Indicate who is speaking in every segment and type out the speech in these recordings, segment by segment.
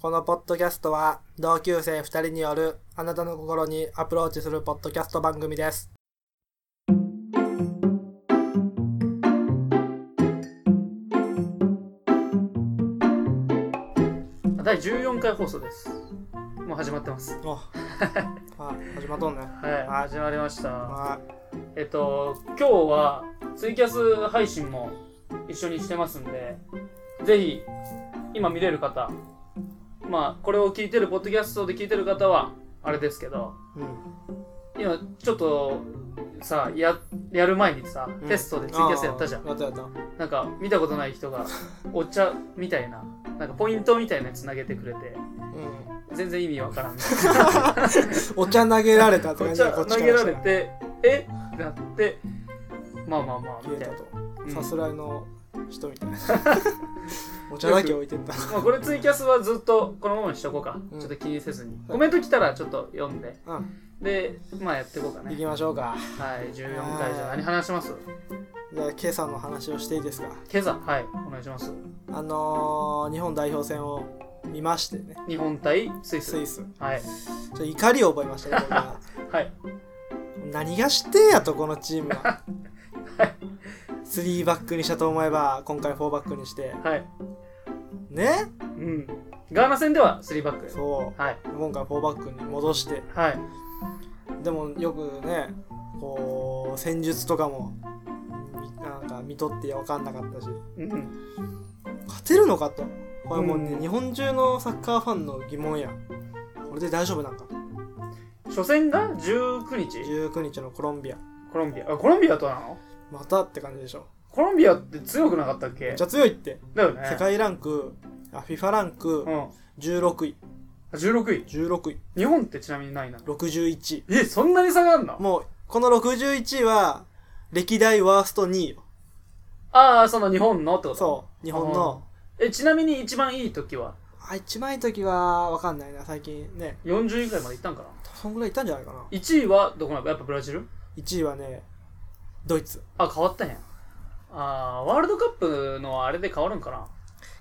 Speaker 1: このポッドキャストは同級生2人によるあなたの心にアプローチするポッドキャスト番組です。
Speaker 2: 第14回放送ですもう始まってます
Speaker 1: お あ始まっとんね。
Speaker 2: はい
Speaker 1: はい
Speaker 2: 始まりました
Speaker 1: は
Speaker 2: えっと今日はツイキャス配信も一緒にしてますんでぜひ今見れる方まあこれを聞いてるポッドキャストで聞いてる方はあれですけど
Speaker 1: い。うん。
Speaker 2: 今ちょっとさややる前にさ、
Speaker 1: うん
Speaker 2: テストでツイキャスやったじゃん
Speaker 1: あーやったやった。
Speaker 2: なんか見たことない 人がお茶みたいななんかポイントみたいなやつ投げてくれて
Speaker 1: うん。
Speaker 2: 全然意味わからん
Speaker 1: お茶投げられたって
Speaker 2: お
Speaker 1: 感じ
Speaker 2: 茶
Speaker 1: だこっち
Speaker 2: 投
Speaker 1: か
Speaker 2: げ
Speaker 1: ら
Speaker 2: ら
Speaker 1: した
Speaker 2: れ
Speaker 1: ら
Speaker 2: てえってなってまあまあまあ
Speaker 1: 消
Speaker 2: み
Speaker 1: え
Speaker 2: たい
Speaker 1: た
Speaker 2: な、う
Speaker 1: と。
Speaker 2: ん
Speaker 1: さすらいの人みたいな。 お茶だけ置いてった。
Speaker 2: まあ、これツイキャスはずっとこのままにしとこうか、
Speaker 1: うん
Speaker 2: ちょっと気にせずにコメント来たらちょっと読んで
Speaker 1: うん。
Speaker 2: でまあやっていこうか
Speaker 1: 行
Speaker 2: ね
Speaker 1: きましょうか。
Speaker 2: はい14回じゃあ何話します
Speaker 1: じゃあ今朝の話をしていいですか。
Speaker 2: 今朝はいお願いします
Speaker 1: あのー、日本代表戦を見ましてね。
Speaker 2: 日本対スイス
Speaker 1: スイス。
Speaker 2: はい
Speaker 1: ちょっと怒りを覚えましたね。僕は
Speaker 2: はい
Speaker 1: 何がしてんやとこのチームは3バックにしたと思えば今回4バックにして
Speaker 2: はい
Speaker 1: ね
Speaker 2: うんガーナ戦では3バック
Speaker 1: そ
Speaker 2: はいう
Speaker 1: 今回4バックに戻して
Speaker 2: はい
Speaker 1: でもよくねこう戦術とかもみなんか見とって分かんなかったし
Speaker 2: うん
Speaker 1: 勝てるのかとこれもうね、
Speaker 2: うん
Speaker 1: 日本中のサッカーファンの疑問やこれで大丈夫なんか
Speaker 2: 初戦が19日
Speaker 1: 19日のコロンビア
Speaker 2: コロンビアあコロンビアとなの
Speaker 1: またって感じでしょ
Speaker 2: コロンビアって強くなかったっ
Speaker 1: め
Speaker 2: け
Speaker 1: っちゃ強いって
Speaker 2: だよね
Speaker 1: 世界ランクあ FIFA ランク
Speaker 2: うんあ
Speaker 1: 16位
Speaker 2: 16位
Speaker 1: 16位
Speaker 2: 日本ってちなみにないな
Speaker 1: 61位
Speaker 2: えそんなに差があんの
Speaker 1: もうこの61位は歴代ワースト2位よ
Speaker 2: ああその日本のってこと
Speaker 1: そう日本の
Speaker 2: えちなみに一番いい時は
Speaker 1: あ一番いい時は分かんないな最近ね
Speaker 2: 40位ぐらいまでいったんかな
Speaker 1: そんぐらいいったんじゃないかな
Speaker 2: 1位はどこなのやっぱブラジル
Speaker 1: 1位はねドイツ
Speaker 2: あ変わったんやあーワールドカップのあれで変わるんかな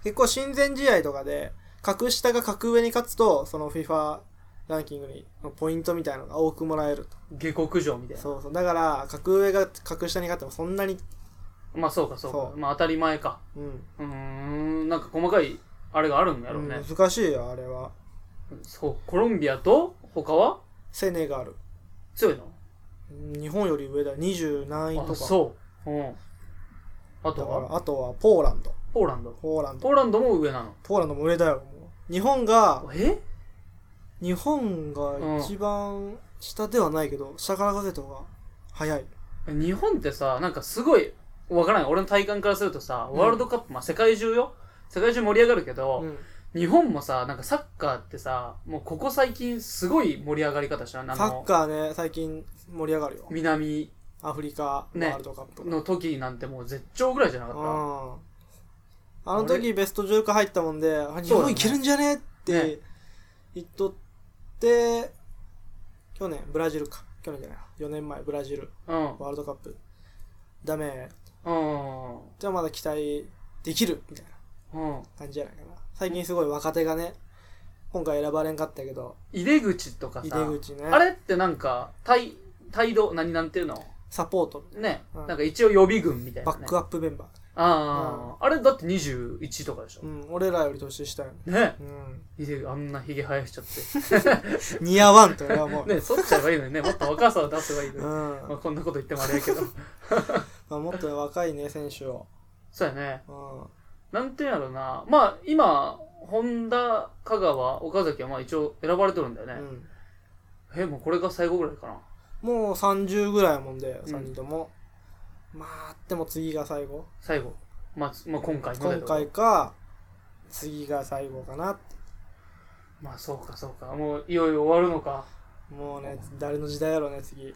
Speaker 1: 結構親善試合とかで格下が格上に勝つとその FIFA ランキングにポイントみたいのが多くもらえると
Speaker 2: 下克上みたいな
Speaker 1: そうそうだから格上が格下に勝ってもそんなに
Speaker 2: まあそうかそうか
Speaker 1: そう
Speaker 2: まあ当たり前か
Speaker 1: うん、
Speaker 2: うーんなんか細かいあれがあるんやろうね、
Speaker 1: 難しいよあれは
Speaker 2: そうコロンビアと他は
Speaker 1: セネガル
Speaker 2: 強いの
Speaker 1: 日本より上だよ20何位と
Speaker 2: あ
Speaker 1: か
Speaker 2: そううんあ
Speaker 1: だ
Speaker 2: と
Speaker 1: か
Speaker 2: は
Speaker 1: らあとはポーランド
Speaker 2: ポーランド
Speaker 1: ポーランド
Speaker 2: ポーランドも上なの
Speaker 1: ポーランドも上だよもう日本が
Speaker 2: え
Speaker 1: 日本が一番下ではないけど、下から数えた方が早い
Speaker 2: 日本ってさなんかすごいわからない俺の体感からするとさ
Speaker 1: うん
Speaker 2: ワールドカップ、まあ世界中よ世界中盛り上がるけど、
Speaker 1: うん
Speaker 2: 日本もさなんかサッカーってさもうここ最近すごい盛り上がり方したなあ
Speaker 1: サッ
Speaker 2: の
Speaker 1: カーね最近盛り上がるよ
Speaker 2: 南
Speaker 1: アフリカワ
Speaker 2: ね
Speaker 1: ールドカップとか、
Speaker 2: の時なんてもう絶頂ぐらいじゃな
Speaker 1: う
Speaker 2: か
Speaker 1: ん
Speaker 2: っ
Speaker 1: あの時ベスト16入ったもんであ日
Speaker 2: そうだ
Speaker 1: 本
Speaker 2: ね
Speaker 1: いけるんじゃねって
Speaker 2: ね
Speaker 1: 言っとって、去年ブラジルか去年じゃない4年前ブラジル
Speaker 2: たうん
Speaker 1: ワールドカップダメ
Speaker 2: うん
Speaker 1: じゃあまだ期待できるみたいな
Speaker 2: うん
Speaker 1: 感じじゃないかな最近すごい若手がね今回選ばれんかったけど
Speaker 2: 井出口とか
Speaker 1: 井
Speaker 2: さ
Speaker 1: 出口ね
Speaker 2: あれってなんか態態度何なんていうの
Speaker 1: サポート
Speaker 2: ね、
Speaker 1: うん
Speaker 2: なんか一応予備軍みたいな、
Speaker 1: バ
Speaker 2: ね、
Speaker 1: ックアップメンバ
Speaker 2: ああ、あれだって21とかでしょ
Speaker 1: ー、う、ん、俺らより年下よね、
Speaker 2: ね
Speaker 1: うん、
Speaker 2: 井出口あんなひげ生やしちゃって
Speaker 1: 似合わんと俺は思 う、
Speaker 2: ね、剃っちゃえばいいのにね、もっと若さを出せばいいの
Speaker 1: うん
Speaker 2: に。まあ、
Speaker 1: ま
Speaker 2: こんなこと言ってもあれやけど。
Speaker 1: あ、もっと若いね選手を、
Speaker 2: そうやね。
Speaker 1: う
Speaker 2: なんていうんやろうな。まあ、今、本田、香川、岡崎はまあ一応選ばれてるんだよね
Speaker 1: ん。うん、
Speaker 2: え、もうこれが最後ぐらいかな。
Speaker 1: もう30ぐらいやもんで3人とも、まあでも次が最後
Speaker 2: 最後。まあ、つまあ、今回のだ
Speaker 1: 今
Speaker 2: けど
Speaker 1: 回か次が最後かなって
Speaker 2: まあ、そうか、そうか。もう、いよいよ終わるのか。
Speaker 1: もうね誰の時代やろうね次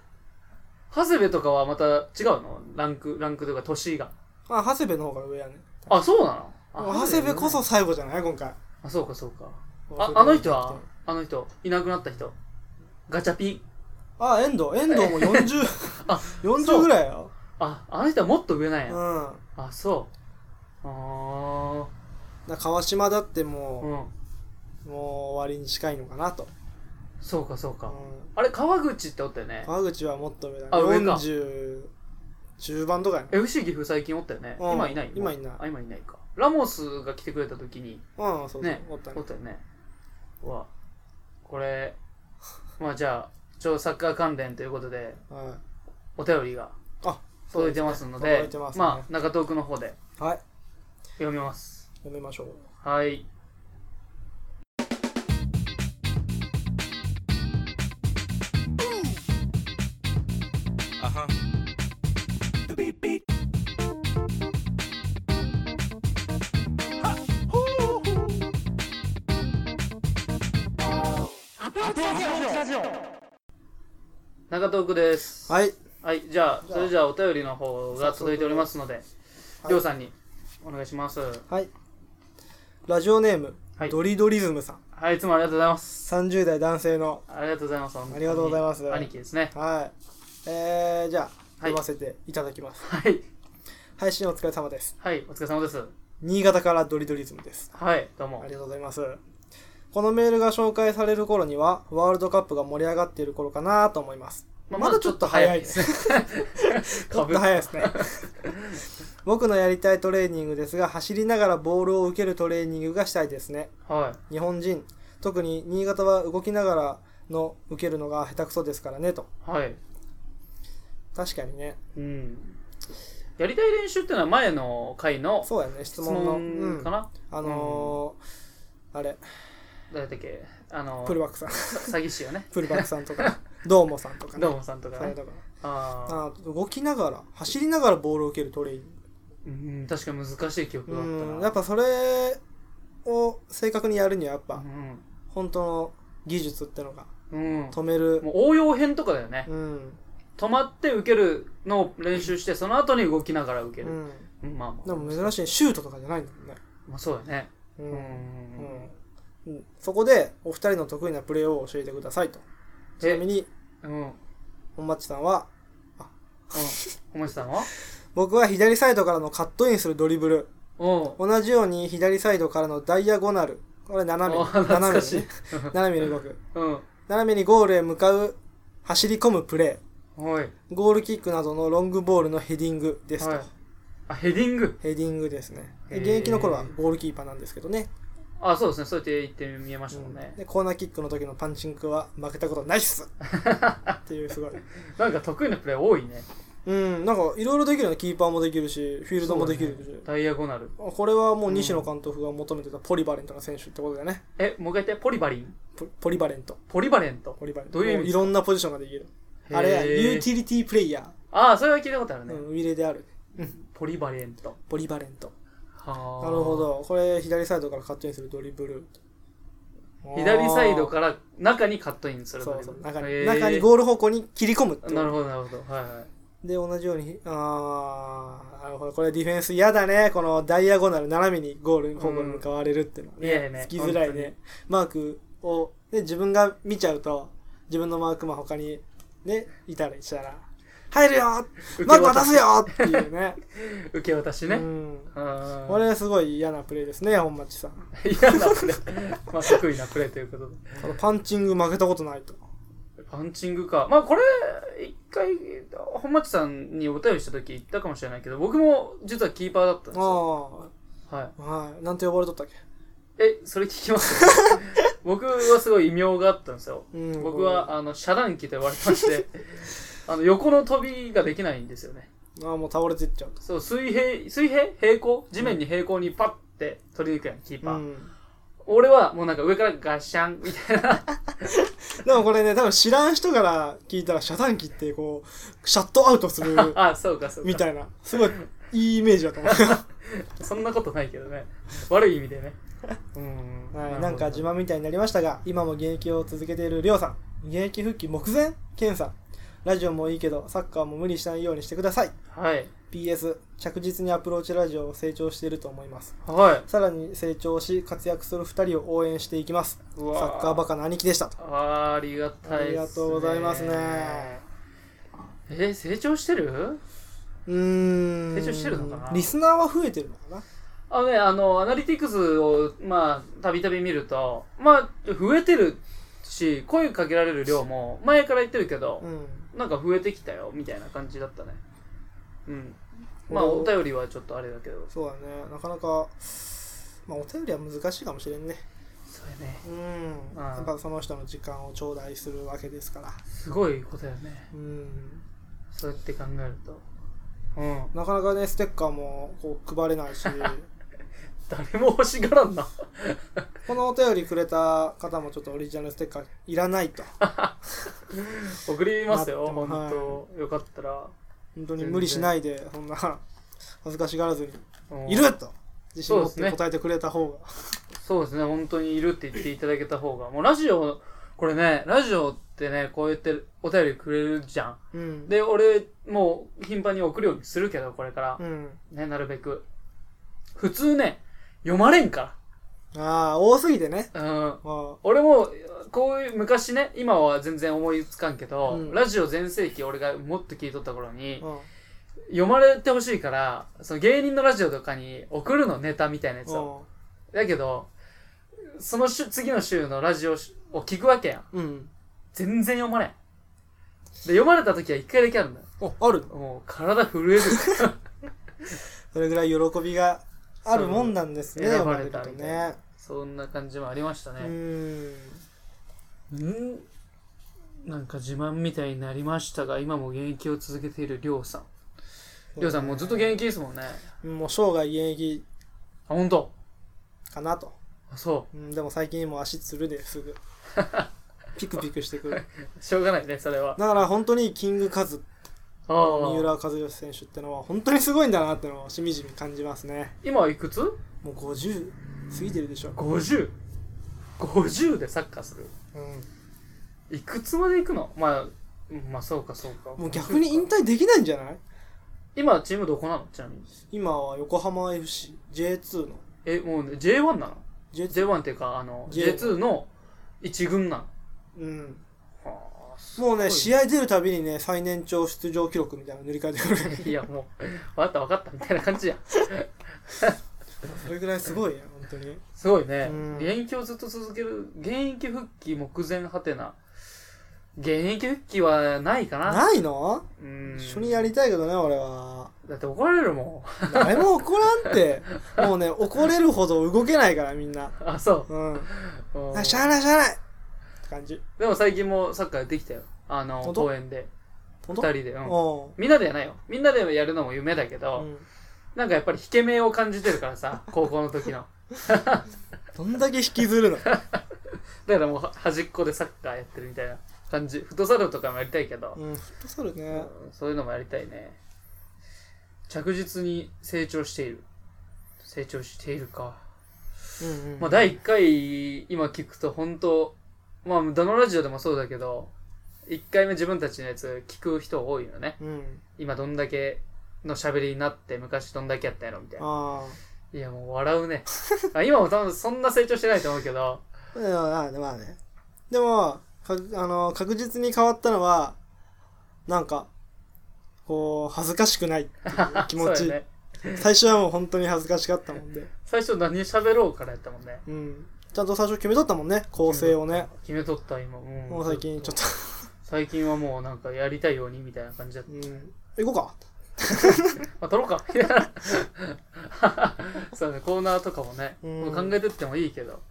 Speaker 2: 長谷部とかはまた違うのランク、ランクというか、年が。
Speaker 1: まあ長谷部の方が上やね
Speaker 2: あ、そうなの
Speaker 1: もう
Speaker 2: あ
Speaker 1: 長谷部こ。そ最後じゃない今回
Speaker 2: あ、そうか、そうか。あ、あの人はあの人、いなくなった人。ガチャピン。
Speaker 1: あ、 遠藤、遠藤も40、
Speaker 2: あ
Speaker 1: 40ぐらいよ。
Speaker 2: あ、あの人はもっと上なん
Speaker 1: うん。
Speaker 2: や。
Speaker 1: な
Speaker 2: あ、そう。ああ。
Speaker 1: 川島だっても
Speaker 2: うん。
Speaker 1: う、もわりに近いのかなと。
Speaker 2: そうかそう
Speaker 1: う
Speaker 2: か。
Speaker 1: ん、
Speaker 2: あれ、川口っておったよね。
Speaker 1: 川口はもっと上だね。
Speaker 2: あ上か
Speaker 1: 40、中盤とかやね。
Speaker 2: FC 岐阜最近おったよね。
Speaker 1: うん
Speaker 2: 今いない
Speaker 1: 今いない
Speaker 2: あ、今いないか。ラモスが来てくれた時に、
Speaker 1: うん、そうそう、
Speaker 2: ね
Speaker 1: おった
Speaker 2: お
Speaker 1: ね
Speaker 2: っ。たよね。うわ、これ、まあじゃあ、ちょうどサッカー関連ということで、
Speaker 1: はい。
Speaker 2: お便りが
Speaker 1: あ、
Speaker 2: 届いてますので、
Speaker 1: 届いてますね
Speaker 2: まあ、中東区の方で
Speaker 1: はい。
Speaker 2: 読みます。
Speaker 1: 読みましょう。
Speaker 2: はい。
Speaker 3: Uh-huh.
Speaker 2: 中東区です。
Speaker 1: はい。
Speaker 2: はい、じゃあ、
Speaker 1: じゃあ
Speaker 2: それじゃあお便りの方が届いておりますので、
Speaker 1: はい
Speaker 2: りょうさんにお願いします。は
Speaker 1: はい。ラジオネーム、
Speaker 2: はい
Speaker 1: ドリドリズムさん。
Speaker 2: い、いつもありがとうございます。
Speaker 1: 30代男性の。
Speaker 2: ありがとうございます。
Speaker 1: ありがとうございます
Speaker 2: 兄貴ですね。
Speaker 1: はい。えー、じゃあ、
Speaker 2: はい
Speaker 1: 読ませていただきます。
Speaker 2: はい。
Speaker 1: 配信お疲れ様です。
Speaker 2: はい、お疲れ様です。
Speaker 1: 新潟からドリドリズムです。
Speaker 2: はい、どう
Speaker 1: あ
Speaker 2: も
Speaker 1: り。がとうございます。このメールが紹介される頃には、ワールドカップが盛り上がっている頃かなと思います。まだちょっと早 いですね。
Speaker 2: ち
Speaker 1: ちょ
Speaker 2: ょ
Speaker 1: っ
Speaker 2: っ
Speaker 1: と早
Speaker 2: と早
Speaker 1: い
Speaker 2: い
Speaker 1: です ね。僕のやりたいトレーニングですが、走りながらボールを受けるトレーニングがしたいですね。
Speaker 2: かぶ。は
Speaker 1: 日本人、特に新潟は動きながらの受けるのが下手くそですからねと。
Speaker 2: い。はい。
Speaker 1: 確かにね。
Speaker 2: うん。やりたい練習っていうのは前の回の
Speaker 1: そうやね、質
Speaker 2: 質
Speaker 1: 問の。
Speaker 2: 問か
Speaker 1: うん、
Speaker 2: な
Speaker 1: あのーあれ、
Speaker 2: 誰だっけあの、
Speaker 1: プルバックさん、
Speaker 2: さ詐欺師よ ね。
Speaker 1: プルバックさんとか、ドーモさんとかね。
Speaker 2: どうもさんとか
Speaker 1: それ
Speaker 2: ね。
Speaker 1: とか
Speaker 2: ああ。
Speaker 1: あ動きながら、走りながらボールを受けるトレーニング。
Speaker 2: うん、確かに難しい記憶があったな。
Speaker 1: うん、やっぱそれを正確にやるにはやっぱ、本当の技術ってのが
Speaker 2: うん。うん。
Speaker 1: 止める。
Speaker 2: もう応用編とかだよね。
Speaker 1: うん。
Speaker 2: 止まって受けるのを練習して、その後に動きながら受け
Speaker 1: う
Speaker 2: る。
Speaker 1: ん。
Speaker 2: うん、まあまあ。
Speaker 1: でも珍しい、シュートとかじゃないんだもんね。
Speaker 2: まあそうだね。
Speaker 1: う。
Speaker 2: うんん。
Speaker 1: うんうん、そこで、お二人の得意なプレーを教えてくださいと。ちなみに、
Speaker 2: うん。うん。
Speaker 1: 本町さんは、
Speaker 2: おもちさんは
Speaker 1: 僕は左サイドからのカットインするドリブル。
Speaker 2: おう。
Speaker 1: 同じように左サイドからのダイヤゴナル。これ斜め。
Speaker 2: あ
Speaker 1: 斜めに
Speaker 2: 懐かしい
Speaker 1: ね。 斜めに動く。
Speaker 2: うん。
Speaker 1: 斜めにゴールへ向かう、走り込むプレ
Speaker 2: おい。
Speaker 1: ー。ゴールキックなどのロングボールのヘディングですと。
Speaker 2: はいあ、ヘディング。
Speaker 1: ヘディングですね。で
Speaker 2: へー
Speaker 1: 現役の頃はゴールキーパーなんですけどね。
Speaker 2: あ、そうですね。そうやって言って見えましたもんね。
Speaker 1: でコーナーキックの時のパンチングは負けたことないっ すっていうすごい。
Speaker 2: なんか得意なプレー多いね。
Speaker 1: うん、なんかいろいろできるよね。キーパーもできるし、フィールドもできるし。
Speaker 2: そうだねダイヤゴナル。
Speaker 1: これはもう西野監督が求めてたポリバレントな選手ってことだよね。
Speaker 2: え、もう一回言って、ポリバリン
Speaker 1: ポポリバレント。
Speaker 2: ポリバレント
Speaker 1: ポ。リバレント。
Speaker 2: どういう意味
Speaker 1: もいろんなポジションができる。
Speaker 2: へー
Speaker 1: あれや、ユーティリティプレイヤ
Speaker 2: ああ、それは聞いたことあ
Speaker 1: ー。
Speaker 2: る
Speaker 1: う
Speaker 2: ね。
Speaker 1: ん、ウィレである。
Speaker 2: ポリバレント。
Speaker 1: ポリバレント。
Speaker 2: なる
Speaker 1: なるほ。ど。これ、左サイドからカットインするドリブル。
Speaker 2: 左サイド
Speaker 1: ら
Speaker 2: から中にカットインする
Speaker 1: そうそう。中
Speaker 2: へ
Speaker 1: に、
Speaker 2: ー
Speaker 1: 中にゴール方向に切り込むっていう
Speaker 2: なるほどなるほどはいはい
Speaker 1: で、同じように、あー、なるほど。これディフェンス嫌だね。このダイアゴナル、斜めにゴール方向に向かわれるっていうのは
Speaker 2: うん嫌やね
Speaker 1: つきづらいね。マークを、で、自分が見ちゃうと、自分のマークマン他に、ね、いたりしたら、入るよ
Speaker 2: 受け
Speaker 1: マーク
Speaker 2: 渡
Speaker 1: 渡
Speaker 2: し
Speaker 1: すよっていうね。
Speaker 2: 受け渡し
Speaker 1: う
Speaker 2: ね
Speaker 1: ん。
Speaker 2: うん
Speaker 1: これすごい嫌なプレーですね、本町さん。
Speaker 2: 嫌なプレーまあ得意なプレーということで
Speaker 1: このパンチング負けたことないと。
Speaker 2: パンチングかまあこれ一回本町さんにお便りした時言ったかもしれないけど僕も実はキーパーだったんですよ
Speaker 1: あ
Speaker 2: はい
Speaker 1: あ、はい。なんて呼ばれとったっけ
Speaker 2: えそれ聞きます 僕はすごい異名があったんですよ
Speaker 1: うん
Speaker 2: 僕はあの遮断機と呼ばれてまして あの横の飛びができないんですよね
Speaker 1: ああ、もう倒れていっちゃうと。
Speaker 2: そう水平水平平行地面に平行にパッて取りに行くやんキーパー、
Speaker 1: うん
Speaker 2: 俺はもうなんか上からガシャンみたいな
Speaker 1: でもこれね、多分知らん人から聞いたら遮断機ってこう、シャットアウトす る
Speaker 2: あそうかそうか
Speaker 1: みたいな、すごいいいイメージだと思
Speaker 2: そんなことないけどね悪い意味 でねうん
Speaker 1: う。はい、なんか自
Speaker 2: 慢
Speaker 1: 慢みたいになりましたが、今も現役を続けているりょうさん、現役復帰目前検査。ラジオもいいけど、サッカーも無理しないようにしてください。
Speaker 2: はい
Speaker 1: PS、着実にアプローチラジオを成長していると思います。
Speaker 2: は
Speaker 1: さらに成長し、活躍する二人を応援していきます。
Speaker 2: いう
Speaker 1: サ
Speaker 2: わ
Speaker 1: ッカーバカな兄貴でしたと。
Speaker 2: あーありがたいっすね
Speaker 1: ありがとうございますね
Speaker 2: えー成長してる
Speaker 1: うーん。
Speaker 2: 成長してるのかな
Speaker 1: リスナーは増えてるのかな
Speaker 2: あのね、あの、アナリティクスを、まあ、たびたび見ると、まあ、増えてるし、声かけられる量も、前から言ってるけど
Speaker 1: う、ん。
Speaker 2: なんか増えてきたよ、みたいな感じだったね。うん。まあ、お便りはちょっとあれだけど。
Speaker 1: そうだね。なかなか、まあ、お便りは難しいかもしれんね。
Speaker 2: そうやね。
Speaker 1: うん。
Speaker 2: ああ
Speaker 1: やっぱその人の時間を頂戴するわけですから。
Speaker 2: すごいことやね。
Speaker 1: うん。
Speaker 2: そうやって考えると。うん。
Speaker 1: なかなかね、ステッカーもこう配れ ないし、
Speaker 2: 誰も欲しがらんな。
Speaker 1: このお便りくれた方もちょっとオリジナルステッカーいらないと。
Speaker 2: 送りますよ、
Speaker 1: 待
Speaker 2: 本
Speaker 1: っても
Speaker 2: 当、よかったら。
Speaker 1: 本当に無理しないで、そんな恥ずかしがらず
Speaker 2: うん
Speaker 1: に、いると自信を持っ
Speaker 2: そうです
Speaker 1: て
Speaker 2: ね
Speaker 1: 答えてくれた方が。
Speaker 2: そうですね、本当にいるって言っていただけた方が。もうラジオ、これね、ラジオってね、こうやってお便りくれるじゃん。
Speaker 1: うん。
Speaker 2: で、俺、もう頻繁に送るようにするけど、これから
Speaker 1: う。ん。
Speaker 2: ね、なるべく。普通ね、読まれんか
Speaker 1: ああ、多すぎてね。
Speaker 2: ら。うん。
Speaker 1: ま
Speaker 2: 俺も、こういう昔ね、今は全然思いつかんけど、
Speaker 1: うん
Speaker 2: ラジオ全盛期俺がもっと聞いとった頃に
Speaker 1: あ、、うん。
Speaker 2: 読まれてほしいから、その芸人のラジオとかに送るのネタみたいなやつを。だけど、その週、次の週のラジオを聞くわけやん。
Speaker 1: うん。
Speaker 2: 全然読まれん。で、読まれた時は一回だけあるんだよ。
Speaker 1: お、あるの
Speaker 2: もう体震え る。
Speaker 1: それぐらい喜びがあるもんなんですね、
Speaker 2: そう
Speaker 1: 読まれると
Speaker 2: 選ばれたみた
Speaker 1: ね。
Speaker 2: そんな感じもありました
Speaker 1: う
Speaker 2: ね。
Speaker 1: ん。
Speaker 2: うんなんか自慢みたいになりましたが、今も現役を続けているりょうさん。りょうさんもうずっと現役ですもんね。
Speaker 1: もう生涯現役
Speaker 2: あ、ほんと。
Speaker 1: かなと。
Speaker 2: あそ
Speaker 1: うん、でも最近もう足つるです ぐ。ピクピクしてくる。
Speaker 2: う。しょうがないね、それは。
Speaker 1: だから本当にキングカズ、
Speaker 2: あ
Speaker 1: 三
Speaker 2: あ。
Speaker 1: 浦和義選手ってのは本当にすごいんだなってのをしみじみ感じますね。
Speaker 2: 今はいくつ
Speaker 1: もう50過ぎてるでしょ。
Speaker 2: ?50。50でサッカーする。
Speaker 1: うん。
Speaker 2: いくつまで行くのまあ、うんまあそうかそうか。
Speaker 1: もう逆に引退できないんじゃない
Speaker 2: 今チームどこなのちなみに。
Speaker 1: 今は横浜 FC、J2 の。
Speaker 2: え、もうね J1 なの
Speaker 1: J2?
Speaker 2: ?J1 っていうか、あの、
Speaker 1: J1
Speaker 2: J2 の一軍なの。
Speaker 1: うん。
Speaker 2: はあす
Speaker 1: も
Speaker 2: ごいう
Speaker 1: ね、試合出るたびにね、最年長出場記録みたいなの塗り替えてくる。
Speaker 2: いや、もう、わかったわかったみたいな感じやん。
Speaker 1: それぐらいすごいね、本当に。
Speaker 2: すごいね
Speaker 1: うん。
Speaker 2: 現役をずっと続ける、現役復帰目前はてな。現役復帰はないかな。
Speaker 1: ないの
Speaker 2: うん。
Speaker 1: 一緒にやりたいけどね、俺は。
Speaker 2: だって怒られるも
Speaker 1: 誰も怒らんって。もうね、怒れるほど動けないから、みんな。
Speaker 2: ん。あ、 そ
Speaker 1: うん。
Speaker 2: う。うん
Speaker 1: あしゃあないしゃあないって感じ。
Speaker 2: でも最近もサッカーできたよ。あの、
Speaker 1: 本当
Speaker 2: 公園で。
Speaker 1: 本
Speaker 2: 二
Speaker 1: 当
Speaker 2: 人で。うん。
Speaker 1: お
Speaker 2: みんなでやないよ。みんなでやるのも夢だけ
Speaker 1: う
Speaker 2: ど、
Speaker 1: ん。
Speaker 2: なんかやっぱり引け目を感じてるか らさ、高校の時の。
Speaker 1: どんだけ引きずるの
Speaker 2: だからもうは端っこでサッカーやってるみたいな感じ。フットサルとかもやりたいけど、
Speaker 1: うん、フットサルね。
Speaker 2: そういうのもやりたいね。着実に成長している。成長しているか。
Speaker 1: うんうん。
Speaker 2: まあ第1回今聞くと本当まあどのラジオでもそうだけど、1回目自分たちのやつ聞く人多いよね。
Speaker 1: うん。
Speaker 2: 今どんだけの喋りになって昔どんだけやったやろみたいな。
Speaker 1: あ
Speaker 2: いやもう笑うね。あ今も多分そんな成長してないと思うけ
Speaker 1: あ。
Speaker 2: ど、
Speaker 1: でもまあね、まあね。でも、かあの、確実に変わったのは、なんか、こう、恥ずかしくないっていう気持
Speaker 2: そう
Speaker 1: ち。
Speaker 2: やね。
Speaker 1: 最初はもう本当に恥ずかしかったもんで。
Speaker 2: 最初何喋ろうからやったもんね。
Speaker 1: うん。ちゃんと最初決めとったもんね、構成をね。
Speaker 2: 決めとった今。うん
Speaker 1: もう最近ちょっと、
Speaker 2: 最近はもうなんかやりたいようにみたいな感じだった。
Speaker 1: うん。行こうか。
Speaker 2: まあ、撮ろうか。 そうね、コーナーとかもね、
Speaker 1: うん
Speaker 2: 考えてってもいいけど。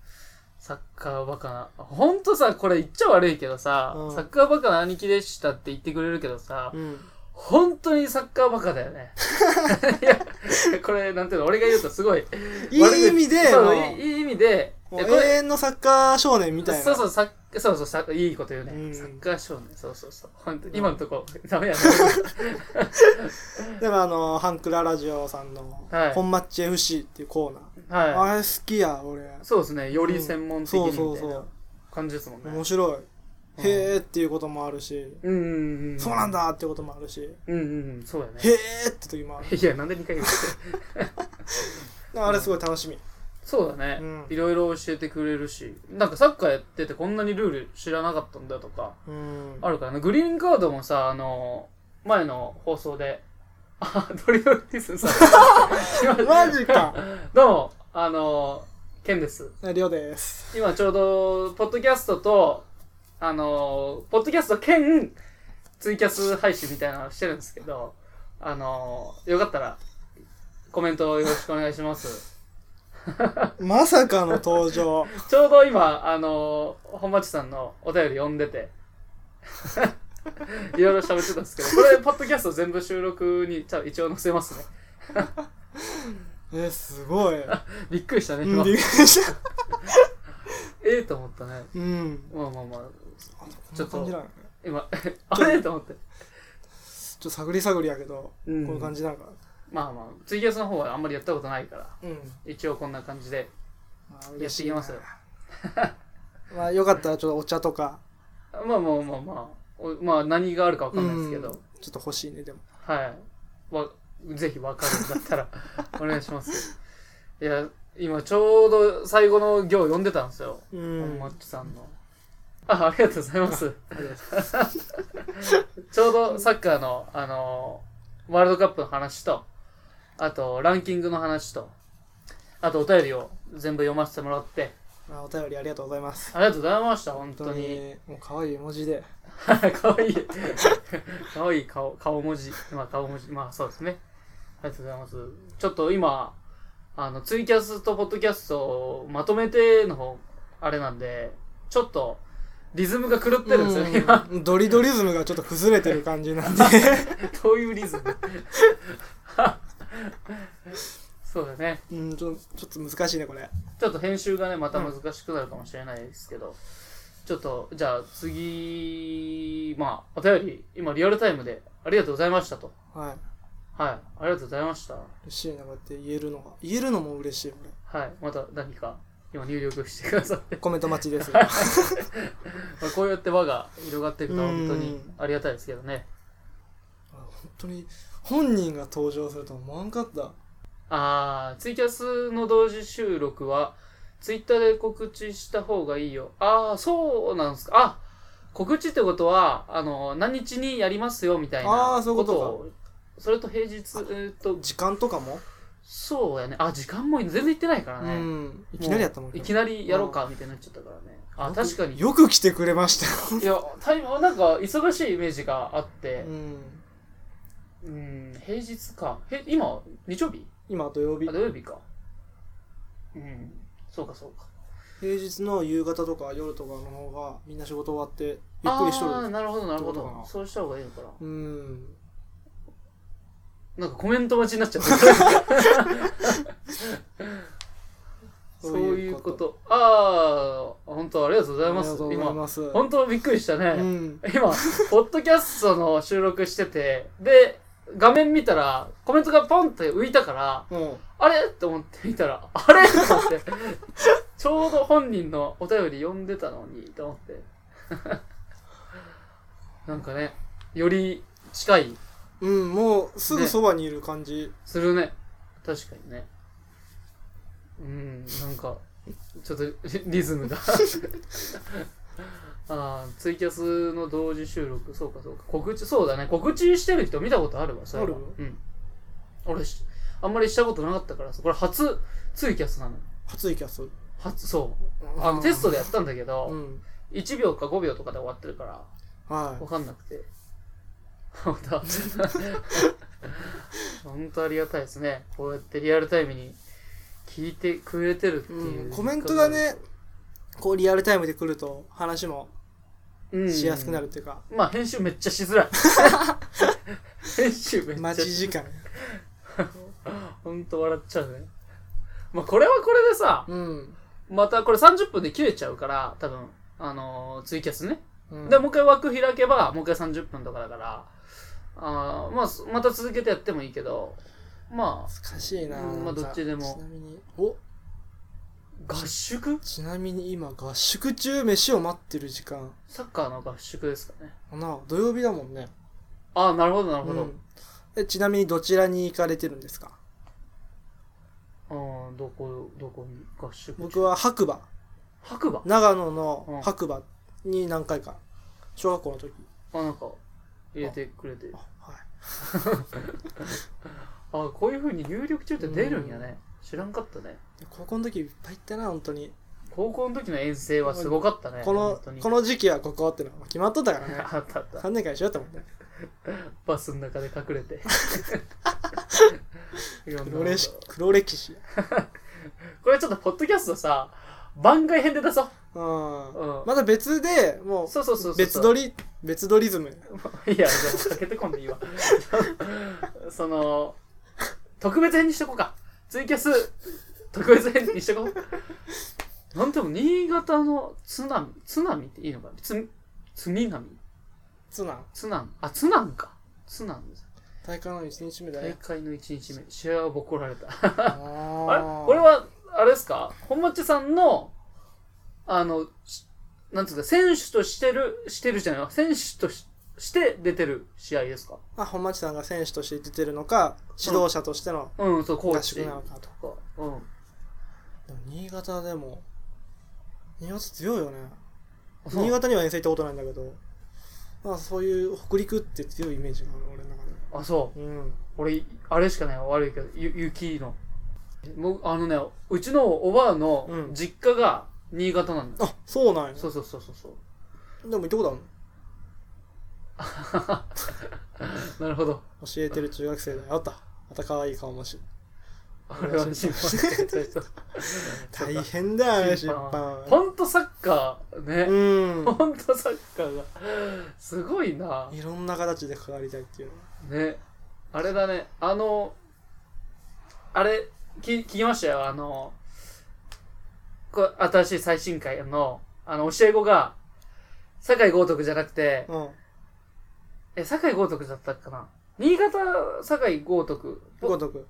Speaker 2: サッカーバカな。ほんとさ、これ言っちゃ悪いけどさ、
Speaker 1: うん
Speaker 2: サッカーバカな兄貴でしたって言ってくれるけどさ、
Speaker 1: うん。
Speaker 2: 本当にサッカーバカだよ ね。いや、これなんていうの、俺が言うとすごい。
Speaker 1: いい意味で、
Speaker 2: そう
Speaker 1: もう
Speaker 2: いいいい意味で、
Speaker 1: も
Speaker 2: いうや
Speaker 1: 永
Speaker 2: これ
Speaker 1: 遠のサッカー少年みたいな。
Speaker 2: そうそう、サッそうそうサッ、いいこと言うね。
Speaker 1: うん
Speaker 2: サッカー少年、そうそうそう。本当今のとこ、ダメやね。
Speaker 1: でもあの、ハンクララジオさんの
Speaker 2: はい、
Speaker 1: 本マッチ FC っていうコーナー。
Speaker 2: は
Speaker 1: あれ好きや、俺。
Speaker 2: い。そうですね、より専門的
Speaker 1: そう
Speaker 2: に
Speaker 1: そ
Speaker 2: み
Speaker 1: う
Speaker 2: たい
Speaker 1: そ
Speaker 2: な
Speaker 1: う。
Speaker 2: 感じですもんね。
Speaker 1: 面白い。へーっていうこともあるし、
Speaker 2: うんうんうん。
Speaker 1: そうなん。だっていうこともあるし、
Speaker 2: うんうんうん、そうだね。
Speaker 1: へーって時もある。
Speaker 2: いや、なんで2回言って。
Speaker 1: あれすごい楽しみ。
Speaker 2: そうだね
Speaker 1: うん。
Speaker 2: いろいろ教えてくれるし、なんかサッカーやっててこんなにルール知らなかったんだとか、
Speaker 1: うん。
Speaker 2: あるからね。グリーンカードもさ、あの、前の放送で、あ、ドリドリリスンさん。
Speaker 1: マジか。
Speaker 2: どうも、あの、ケンです。
Speaker 1: りょうです。
Speaker 2: 今ちょうど、ポッドキャストと、あの、ポッドキャスト兼、ツイキャス配信みたいなのをしてるんですけど、あの、よかったら、コメントよろしくお願い します。
Speaker 1: まさかの登場。
Speaker 2: ちょうど今、あの、本町さんのお便り読んでて、 いろいろ喋ってたんですけど、これ、ポッドキャスト全部収録に、ちゃ一応載せますね。
Speaker 1: え、すご い。
Speaker 2: びっくりしたね、
Speaker 1: う
Speaker 2: 今
Speaker 1: ん、。びっくりした。
Speaker 2: ええと思ったね。
Speaker 1: うん。
Speaker 2: まあまあまあ、
Speaker 1: ちょっと、ちょっ
Speaker 2: 今、 あれと思って。
Speaker 1: と探り探りやけど、
Speaker 2: うん
Speaker 1: こういう感じなんか。
Speaker 2: まあまあ、ツイキャスの方はあんまりやったことないから、
Speaker 1: うん。
Speaker 2: 一応こんな感じで。
Speaker 1: まあ
Speaker 2: やっていきますよ。
Speaker 1: まあ、よかったら、ちょっとお茶とか、
Speaker 2: まあまあまあまあ、おまあ何があるかわかんないですけど、
Speaker 1: うんちょっと欲しいね、でも。
Speaker 2: はい。わ、ぜひわかるんだったらお願いします。いや、今ちょうど最後の行読んでたんですよ。
Speaker 1: う
Speaker 2: 本
Speaker 1: ん。
Speaker 2: マッチさんの。あ、ありがとうございます。ちょうどサッカーの、あのーワールドカップの話と、あと、ランキングの話と、あと、お便りを全部読ませてもらって、
Speaker 1: あお便りありがとうございます。
Speaker 2: ありがとうございました、本当
Speaker 1: 本当
Speaker 2: に。
Speaker 1: に、もう可愛い絵文字で。
Speaker 2: かわいい。かわいい顔、顔文字。まあ、顔文字。まあ、そうですね。ありがとうございます。ちょっと今、あの、ツイキャスとポッドキャストをまとめての方、あれなんで、ちょっと、リズムが狂ってるんですよ、ね今。
Speaker 1: うんドリドリズムがちょっと崩れてる感じなん で。
Speaker 2: どういうリズム そうだね。
Speaker 1: うん、ちょちょっと難しいね、これ。
Speaker 2: ちょっと編集がね、また難しくなるかもしれないですけど、ちょっと、じゃあ次、まあ、お便り、今リアルタイムで、ありがとうございましたと。
Speaker 1: はい。
Speaker 2: はい、ありがとうございました。
Speaker 1: 嬉しいな、こうやって言えるのが。言えるのも嬉しい、俺。
Speaker 2: はい、また何か、今入力してくださって、
Speaker 1: コメント待ちです。
Speaker 2: まあこうやって輪が広がっていくと本当にありがたいですけどね。
Speaker 1: 本当に本人が登場するとは思わんかった
Speaker 2: あー、ツイキャスの同時収録は、ツイッターで告知した方がいいよ。あー、そうなんですか。あ、告知ってことは、あの、何日にやりますよ、みたいな。
Speaker 1: あーそういうことか
Speaker 2: をそれと平日、えーっと、
Speaker 1: 時間とかも、
Speaker 2: そうやね。あ、時間も全然いってないから
Speaker 1: う
Speaker 2: ね。
Speaker 1: んいきなりやったもん
Speaker 2: いきなりやろうか、みたいになっちゃったからね。あ、確かに。
Speaker 1: よく来てくれました よ、
Speaker 2: いや、タイム、なんか、忙しいイメージがあって
Speaker 1: う、ん、
Speaker 2: うん、平日か。へ、今、日曜日
Speaker 1: 今土曜日
Speaker 2: あ、土曜日か。うん、そうか、そうか。
Speaker 1: 平日の夕方とか夜とかの方がみんな仕事終わってゆっくりしと
Speaker 2: あー
Speaker 1: る
Speaker 2: なるほどなるほ
Speaker 1: どうか
Speaker 2: ど
Speaker 1: な
Speaker 2: そうした方がいいのかな
Speaker 1: うん
Speaker 2: なんかコメント待ちになっ ちゃったそういうことああ本当ありがとうご
Speaker 1: あ
Speaker 2: ざい
Speaker 1: りがとうご
Speaker 2: ます
Speaker 1: ざいます
Speaker 2: 今本当びっくりした
Speaker 1: う
Speaker 2: ね、
Speaker 1: ん、
Speaker 2: 今ポッドキャストの収録しててで画面見たらコメントがポンって浮いたから
Speaker 1: も、
Speaker 2: あれと思って見たらあれと思って ちょうど本人のお便り読んでたのにと思って なんかねより近いう
Speaker 1: うん、もうすぐそばにいる感じ、
Speaker 2: するね確かにねうんなんかちょっとリリズムが あーツイキャスの同時収録そうかそうか告知そうだね告知してる人見たことあるわそれは
Speaker 1: ある
Speaker 2: うん俺しあんまりしたことなかったからさこれ初ツイキャスなの
Speaker 1: 初イキャス
Speaker 2: 初そうあのテストでやったんだけ
Speaker 1: う
Speaker 2: ど、
Speaker 1: ん
Speaker 2: 一1秒か5秒とかで終わってるから
Speaker 1: は
Speaker 2: わかんなくて。 本当。本当ありがたいですね。こうやってリアルタイムに聞いてくれてるって
Speaker 1: い、
Speaker 2: いう、
Speaker 1: うん、コメントがね、こうリアルタイムで来ると話も
Speaker 2: うん
Speaker 1: しやすくなる。っていうか、
Speaker 2: まあ編集めっちゃし づらい。編集めっちゃ
Speaker 1: 待ち時間
Speaker 2: 本当笑っちゃうね。まあこれはこれでさ、
Speaker 1: うん、
Speaker 2: またこれ30分で切れちゃうから、多分、あのーツイキャスね。
Speaker 1: うん、
Speaker 2: で、もう一回枠開けば、もう一回30分とかだから、あーまあ、すまた続けてやってもいいけど、まあ、
Speaker 1: 難しいな、
Speaker 2: うんま
Speaker 1: な
Speaker 2: あ
Speaker 1: んか
Speaker 2: どっちでも
Speaker 1: ちなみにお
Speaker 2: 合宿
Speaker 1: ちなみに今合宿中飯を待ってる時間
Speaker 2: サッカーの合宿ですかね。
Speaker 1: かな土曜日だもんね
Speaker 2: ああ、なるほど、なるほ
Speaker 1: う
Speaker 2: ど。
Speaker 1: んえちなみにどちらに行かれてるんですか
Speaker 2: ああ、どこ、どこに合宿
Speaker 1: 僕。は白馬
Speaker 2: 白馬
Speaker 1: 長野
Speaker 2: うん
Speaker 1: の白馬に何回か小学校の時
Speaker 2: あ、なんか、入れてくれて。
Speaker 1: あはい
Speaker 2: あこういうふうに入力中って出るんやね知らんかったね
Speaker 1: 高校の時いっぱい行ったな本当に
Speaker 2: 高校の時の遠征はすごかったね
Speaker 1: この
Speaker 2: 本当に
Speaker 1: この時期はここってのは決まっとったからね
Speaker 2: あったあった
Speaker 1: 3年間一緒だったもんね
Speaker 2: バスの中で隠れ ていろんな
Speaker 1: 黒歴史黒歴史や
Speaker 2: これちょっとポッドキャストさ番外編で出そううん
Speaker 1: んまた別でもう
Speaker 2: そうそうそうそう
Speaker 1: 別撮り別撮りズム
Speaker 2: いやじゃあかけてこんでいいわ その特別編にしとこうかツイキャス特別編にしとこうなんでも新潟の津波津波っていいのかなつ津南
Speaker 1: つな
Speaker 2: 津南あ津南か津南です
Speaker 1: 大会の1日目だ
Speaker 2: 大
Speaker 1: ね
Speaker 2: 会の1日目試合はボコられたあれ
Speaker 1: あ
Speaker 2: これは、あれですか本町さんの、あの、しなんつうか、選手としてる、してるじゃないわ選手としして出てる試合ですか
Speaker 1: あ本町さんが選手として出てるのか指導者としての
Speaker 2: うん、そう、コ
Speaker 1: 合
Speaker 2: ーチ
Speaker 1: 宿なのかと
Speaker 2: とか。う
Speaker 1: で
Speaker 2: ん。
Speaker 1: も新潟でも新潟強いよね
Speaker 2: あそう
Speaker 1: 新潟には遠征行ったことないんだけどまあそういう北陸って強いイメージがある俺の中で
Speaker 2: あ、そう。
Speaker 1: うん
Speaker 2: 俺、あれしかないわ悪いけど、ゆ、雪の。もう、あのね、うちのおばあの
Speaker 1: うん
Speaker 2: 実家が新潟なんだよ。
Speaker 1: あそうなんや
Speaker 2: そうそうそうそうそう。
Speaker 1: でも行ったことある
Speaker 2: なるほど。
Speaker 1: の教えてる中学生だよあったまた可愛い顔もし
Speaker 2: 俺は心配 してた人。
Speaker 1: 大変だよね審
Speaker 2: 審判
Speaker 1: 判
Speaker 2: ほんとサッカーね。
Speaker 1: うん
Speaker 2: ほんとサッカーがすごいない
Speaker 1: ろんな形で関わりたいっていうの
Speaker 2: ねあれだねあのあれ聞聞きましたよあのこれ新しい最新回のあの教え子が酒井豪徳じゃなくて
Speaker 1: うん
Speaker 2: え酒井豪徳だったかな新潟酒井豪徳
Speaker 1: ごとく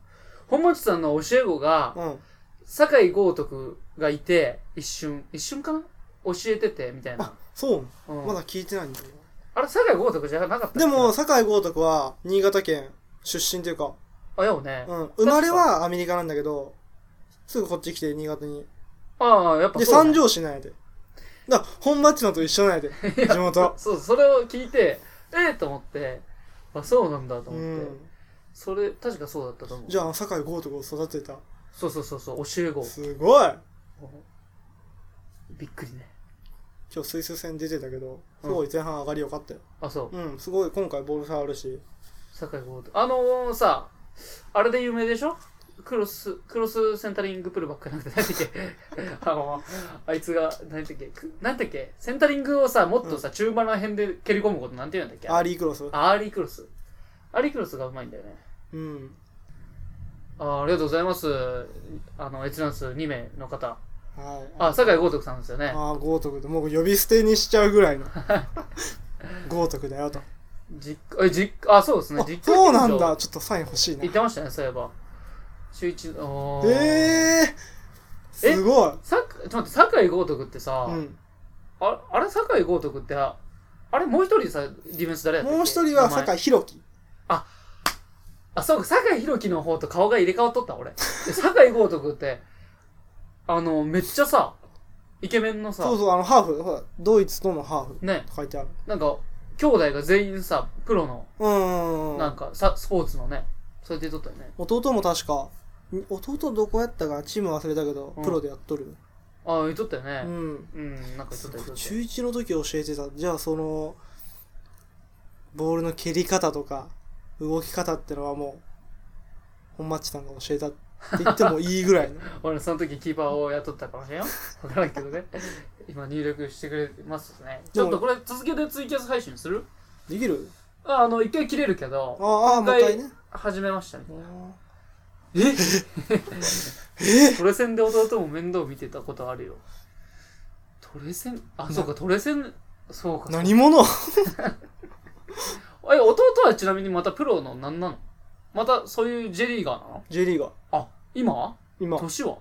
Speaker 2: 本町さんの教え子が
Speaker 1: うん
Speaker 2: 酒井豪徳がいて一瞬一瞬かな教えててみたいな
Speaker 1: あ、そう
Speaker 2: うん
Speaker 1: まだ聞いてないんだよ
Speaker 2: あれ酒井豪徳じゃなかったっけ
Speaker 1: でも酒井豪徳は新潟県出身というか
Speaker 2: あよね、
Speaker 1: うん生まれはアメリカなんだけどすぐこっち来て新潟に
Speaker 2: ああやっぱ
Speaker 1: で
Speaker 2: そうだね
Speaker 1: 三条市なんやでだから本町のと一緒なんや で地元
Speaker 2: そう、それを聞いて、ええと思って、あ、そうなんだと
Speaker 1: う
Speaker 2: 思って。
Speaker 1: ん
Speaker 2: それ、確かそうだったと思う。
Speaker 1: じゃあ酒井豪徳を育てた
Speaker 2: そうそうそうそう、教え子。
Speaker 1: すごい
Speaker 2: びっくりね。
Speaker 1: 今日スイス戦出てたけど
Speaker 2: う
Speaker 1: す
Speaker 2: ん
Speaker 1: ごい前半上がりよかったよ
Speaker 2: あ、そう。
Speaker 1: うんすごい今回ボール触るし
Speaker 2: 酒井豪太あのー、さ、あれで有名でしょクロス、クロスセンタリングプルバックなんて何だ っけあの、あいつが、何だっけく何だっけセンタリングをさ、もっとさ、中盤ら辺で蹴り込むことなんて言うんだっけ
Speaker 1: アーリークロス
Speaker 2: アーリークロス。アーリークロスがうまいんだよね。
Speaker 1: うん
Speaker 2: あありがとうございます。あの、閲覧数2名の方。
Speaker 1: はい
Speaker 2: あ、酒井豪徳さんですよね。
Speaker 1: ああ、豪徳で、もう呼び捨てにしちゃうぐ らいの。豪徳だよと。
Speaker 2: 実家、え、実家、あ、そうですね
Speaker 1: あ。
Speaker 2: 実家近所
Speaker 1: そうなんだ。ちょっとサイン欲しいな
Speaker 2: 言っ。てましたね、そういえば。週一、おー。
Speaker 1: ええ
Speaker 2: え
Speaker 1: すごい。
Speaker 2: さっちょっと待って、酒井豪徳ってさ、
Speaker 1: うん。
Speaker 2: ああれ、酒井豪徳って、ああれ、もう一人さ、ディフェンス誰やったっけ
Speaker 1: もう一人は
Speaker 2: 名前
Speaker 1: 酒井宏樹。
Speaker 2: あ、そうか、酒井宏樹の方と顔が入れ替わっとった、俺。で酒井豪徳って、あの、めっちゃさ、イケメンのさ、
Speaker 1: そうそう、あの、ハーフ。ほら、ドイツとのハーフ。
Speaker 2: ね、
Speaker 1: 書いてある。
Speaker 2: なんか、兄弟が全員さ、プロの、
Speaker 1: うー
Speaker 2: なん
Speaker 1: ん。
Speaker 2: か、さスポーツのね、それでとったよね。
Speaker 1: 弟も確か、ん弟どこやったか、チーム忘れたけど
Speaker 2: うん、
Speaker 1: プロでやっとる。
Speaker 2: ああ、言っとったよ
Speaker 1: う
Speaker 2: ね。
Speaker 1: ん。
Speaker 2: うん、なんか言っとった言っとった。
Speaker 1: 中1の時教えてた。じゃあ、その、ボールの蹴り方とか、動き方ってのはもう、本町さんが教えたって言ってもいいぐらい の。
Speaker 2: 俺その時キーパーを雇ったか もしれんよ分からんけどね今入力してくれますねち
Speaker 1: でも
Speaker 2: ょっとこれ続けてツイキャス配信する
Speaker 1: できる
Speaker 2: ああの一回切れるけど
Speaker 1: ああ、
Speaker 2: 一
Speaker 1: も
Speaker 2: 回
Speaker 1: ったいね。
Speaker 2: 始めましたね
Speaker 1: うん
Speaker 2: えトレセンで弟も面倒見てたことあるよトレセンあそうかトレセンそうか
Speaker 1: 何者
Speaker 2: え弟はちなみにまたプロの何なのまたそういう J リーガーなの
Speaker 1: ?J リーガー。
Speaker 2: あ今は
Speaker 1: 今。
Speaker 2: 年は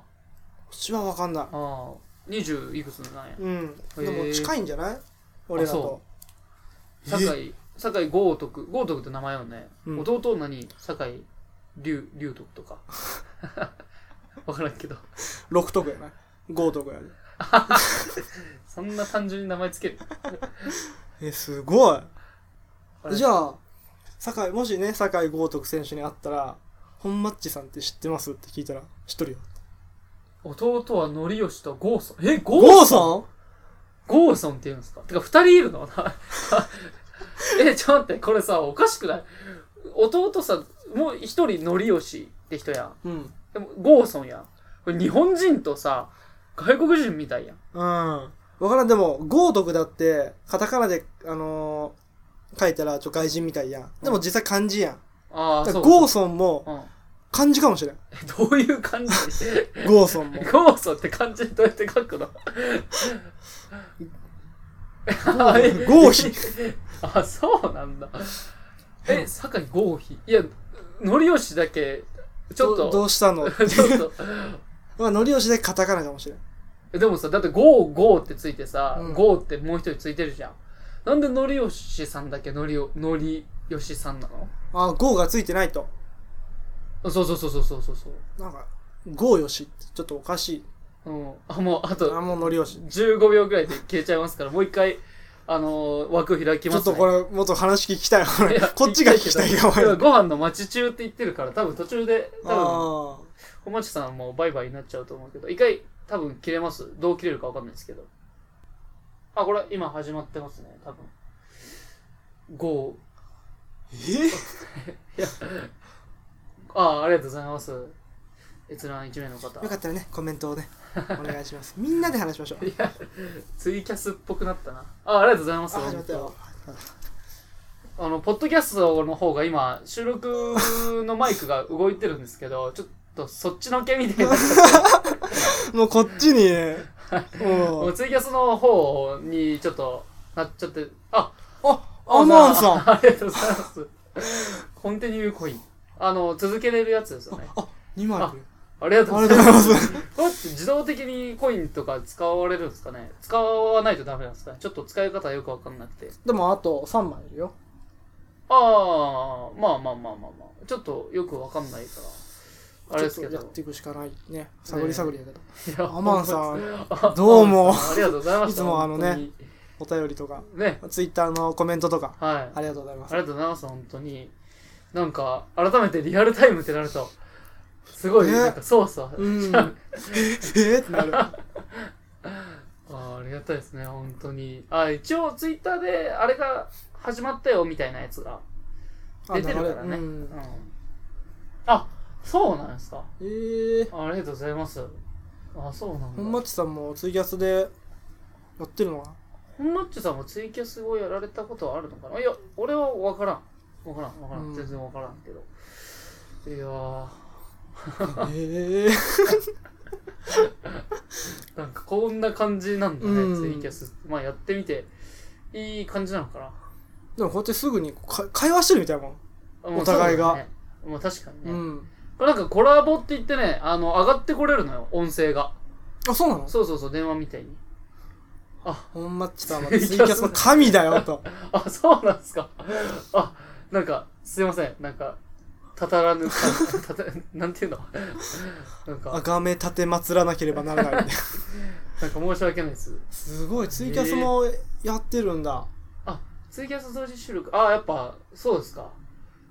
Speaker 1: 年はわかんない。
Speaker 2: ああ20いくつなんや
Speaker 1: うん。
Speaker 2: へえ
Speaker 1: でも近いんじゃない俺らと。
Speaker 2: 酒井、酒井豪徳、豪徳って名前よね。
Speaker 1: うん
Speaker 2: 弟何酒井龍、龍徳とか。 わからんけど。
Speaker 1: 6得やな。5得やで。
Speaker 2: そんな単純に名前つける。
Speaker 1: え、すごい。じ
Speaker 2: あ
Speaker 1: ゃあ、酒井もしね酒井豪徳選手に会ったら「本マッチさんって知ってます?」って聞いたら「知っとるよ
Speaker 2: 弟は則吉とゴーソン。え、」ゴ
Speaker 1: ゴー
Speaker 2: ー
Speaker 1: さ
Speaker 2: ソン
Speaker 1: ん
Speaker 2: ゴーソンって言うんですかてか、二人いるの え、ちょっと待って、これさ、おかしくない弟さ、もう一人則吉って人やん。
Speaker 1: うん
Speaker 2: でも、ゴーソンやん。これ日本人とさ、外国人みたいやん。
Speaker 1: うんわからんでも豪徳だってカタカナであのー書いたらちょ外人みたいやんでも実際漢字やん
Speaker 2: あ
Speaker 1: だ
Speaker 2: あ、
Speaker 1: か
Speaker 2: そ
Speaker 1: ら
Speaker 2: う。
Speaker 1: ゴーソンも
Speaker 2: うん。
Speaker 1: 漢字かもしれん
Speaker 2: えどういう感じ
Speaker 1: ゴーソ ンも
Speaker 2: ゴーソンって漢字でどうやって書くのあえ
Speaker 1: 合否
Speaker 2: あ、そうなんだ。え、酒井合否いや、のりよしだけ、ちょっ
Speaker 1: どど
Speaker 2: と、
Speaker 1: うした の
Speaker 2: ちょっと、
Speaker 1: まあのりおしでカタカナかもしれん
Speaker 2: えでもさ、だってゴーゴーってついてさ、
Speaker 1: うん
Speaker 2: ゴーってもう一人ついてるじゃん。なんでのりよしさんだけのりよ、のりよしさんなの
Speaker 1: あゴーがついてないと
Speaker 2: そうそうそうそうそうそうそう。
Speaker 1: なんかゴーよしってちょっとおかしい
Speaker 2: うん。あ、もう、あ
Speaker 1: あ
Speaker 2: と、
Speaker 1: もうのりおし
Speaker 2: 15秒ぐらいで消えちゃいますから、もう一回、あのー枠開き
Speaker 1: ちょ
Speaker 2: ま
Speaker 1: っ
Speaker 2: す
Speaker 1: と
Speaker 2: ね。
Speaker 1: これもっと話聞きたいこれ
Speaker 2: いや
Speaker 1: こっちが聞きたい
Speaker 2: けど
Speaker 1: よお前
Speaker 2: いやご飯の待ち中って言ってるから、多分途中で、多分、
Speaker 1: あ
Speaker 2: 小町さんはもうバイバイになっちゃうと思うけど、一回、多分切れます。どう切れるかわかんないですけど。あ、これ今始まってますね、多分。5、
Speaker 1: ー
Speaker 2: ああ、ありがとうございます。閲覧1名の方
Speaker 1: えよ。かったらねコメントをねお願いしますみんなで話しましょう
Speaker 2: ツイキャスっぽくなったな。ああ、ありがとうございます。
Speaker 1: あ始まったよ
Speaker 2: あの、ポッドキャストの方が今、収録のマイクが動いてるんですけど、 ちょっとそっちのけみたいな。
Speaker 1: もうこっちにねも
Speaker 2: も
Speaker 1: う
Speaker 2: うツイキャスの方にちょっとなっちゃって、あ、
Speaker 1: あ、アマンさん。
Speaker 2: あありがとうございます。コンティニューコイン。あの、続けれるやつですよね。
Speaker 1: あ、2枚ある。
Speaker 2: ありがと
Speaker 1: あ
Speaker 2: うご
Speaker 1: り
Speaker 2: ざ
Speaker 1: が
Speaker 2: い
Speaker 1: とう
Speaker 2: ま。
Speaker 1: ございますす。
Speaker 2: これって自動的にコインとか使われるんですかね使わないとダメなんですかねちょっと使い方よくわかんなくて。
Speaker 1: でもあと3枚いるよ。
Speaker 2: ああ、まあまあまあまあまあ。ちょっとよくわかんないから。あれですけ
Speaker 1: ち
Speaker 2: ど。
Speaker 1: ょっとやっていくしかないね。探り探りやけど。
Speaker 2: いや
Speaker 1: アマンさん
Speaker 2: あ
Speaker 1: どうも
Speaker 2: アマンさんありがとうございまし
Speaker 1: い
Speaker 2: た。
Speaker 1: つもあのね
Speaker 2: 本
Speaker 1: お便りとか、
Speaker 2: 当に。ね。
Speaker 1: ツイッターのコメントとか、
Speaker 2: はい。あ
Speaker 1: ありがとうございます
Speaker 2: り。がとうございます、本当に。なんか、改めてリアルタイムってなると、すごい、
Speaker 1: ね
Speaker 2: なんか、そうそう。
Speaker 1: うん。え ーってなる。
Speaker 2: あーありがたいですね、本当に。あ、一応、ツイッターで、あれが始まったよ、みたいなやつが出てるからね。
Speaker 1: う
Speaker 2: うん
Speaker 1: ん。
Speaker 2: あ、そうなんですか。
Speaker 1: えー、
Speaker 2: あありがとうございます。あ、そうなんだ。
Speaker 1: 本町さんもツイキャスでやってるのか
Speaker 2: 本マッチさんもツイキャスをやられたことはあるのかないや、俺は分からん。分からん、分からん。
Speaker 1: うん
Speaker 2: 全然分からんけど。いやー、
Speaker 1: なえー、
Speaker 2: なんかこんな感じなんだね、
Speaker 1: うん
Speaker 2: ツイキャス。まあやってみて、いい感じなのかな。
Speaker 1: でもこうやってすぐにか会話してるみたいなもん。
Speaker 2: あもう
Speaker 1: お互いが
Speaker 2: そうだねまあ確かにね。
Speaker 1: うん。
Speaker 2: これなんかコラボって言ってね、あの、上がってこれるのよ、音声が。
Speaker 1: あ、そうなの
Speaker 2: そうそうそう、電話みたいに。あ、
Speaker 1: 本町さんはツイキャスの神だよ と。
Speaker 2: あ、そうなんですか。あ、なんか、すいません。なんか、たたらぬ感、たた、なんていうのなん
Speaker 1: あ
Speaker 2: か、
Speaker 1: がめ立てまつらなければなら ないんで。
Speaker 2: なんか申し訳ないです。
Speaker 1: すごい、ツイキャスもやってるんだ。
Speaker 2: あ、ツイキャス同時収録。あ、やっぱ、そうですか。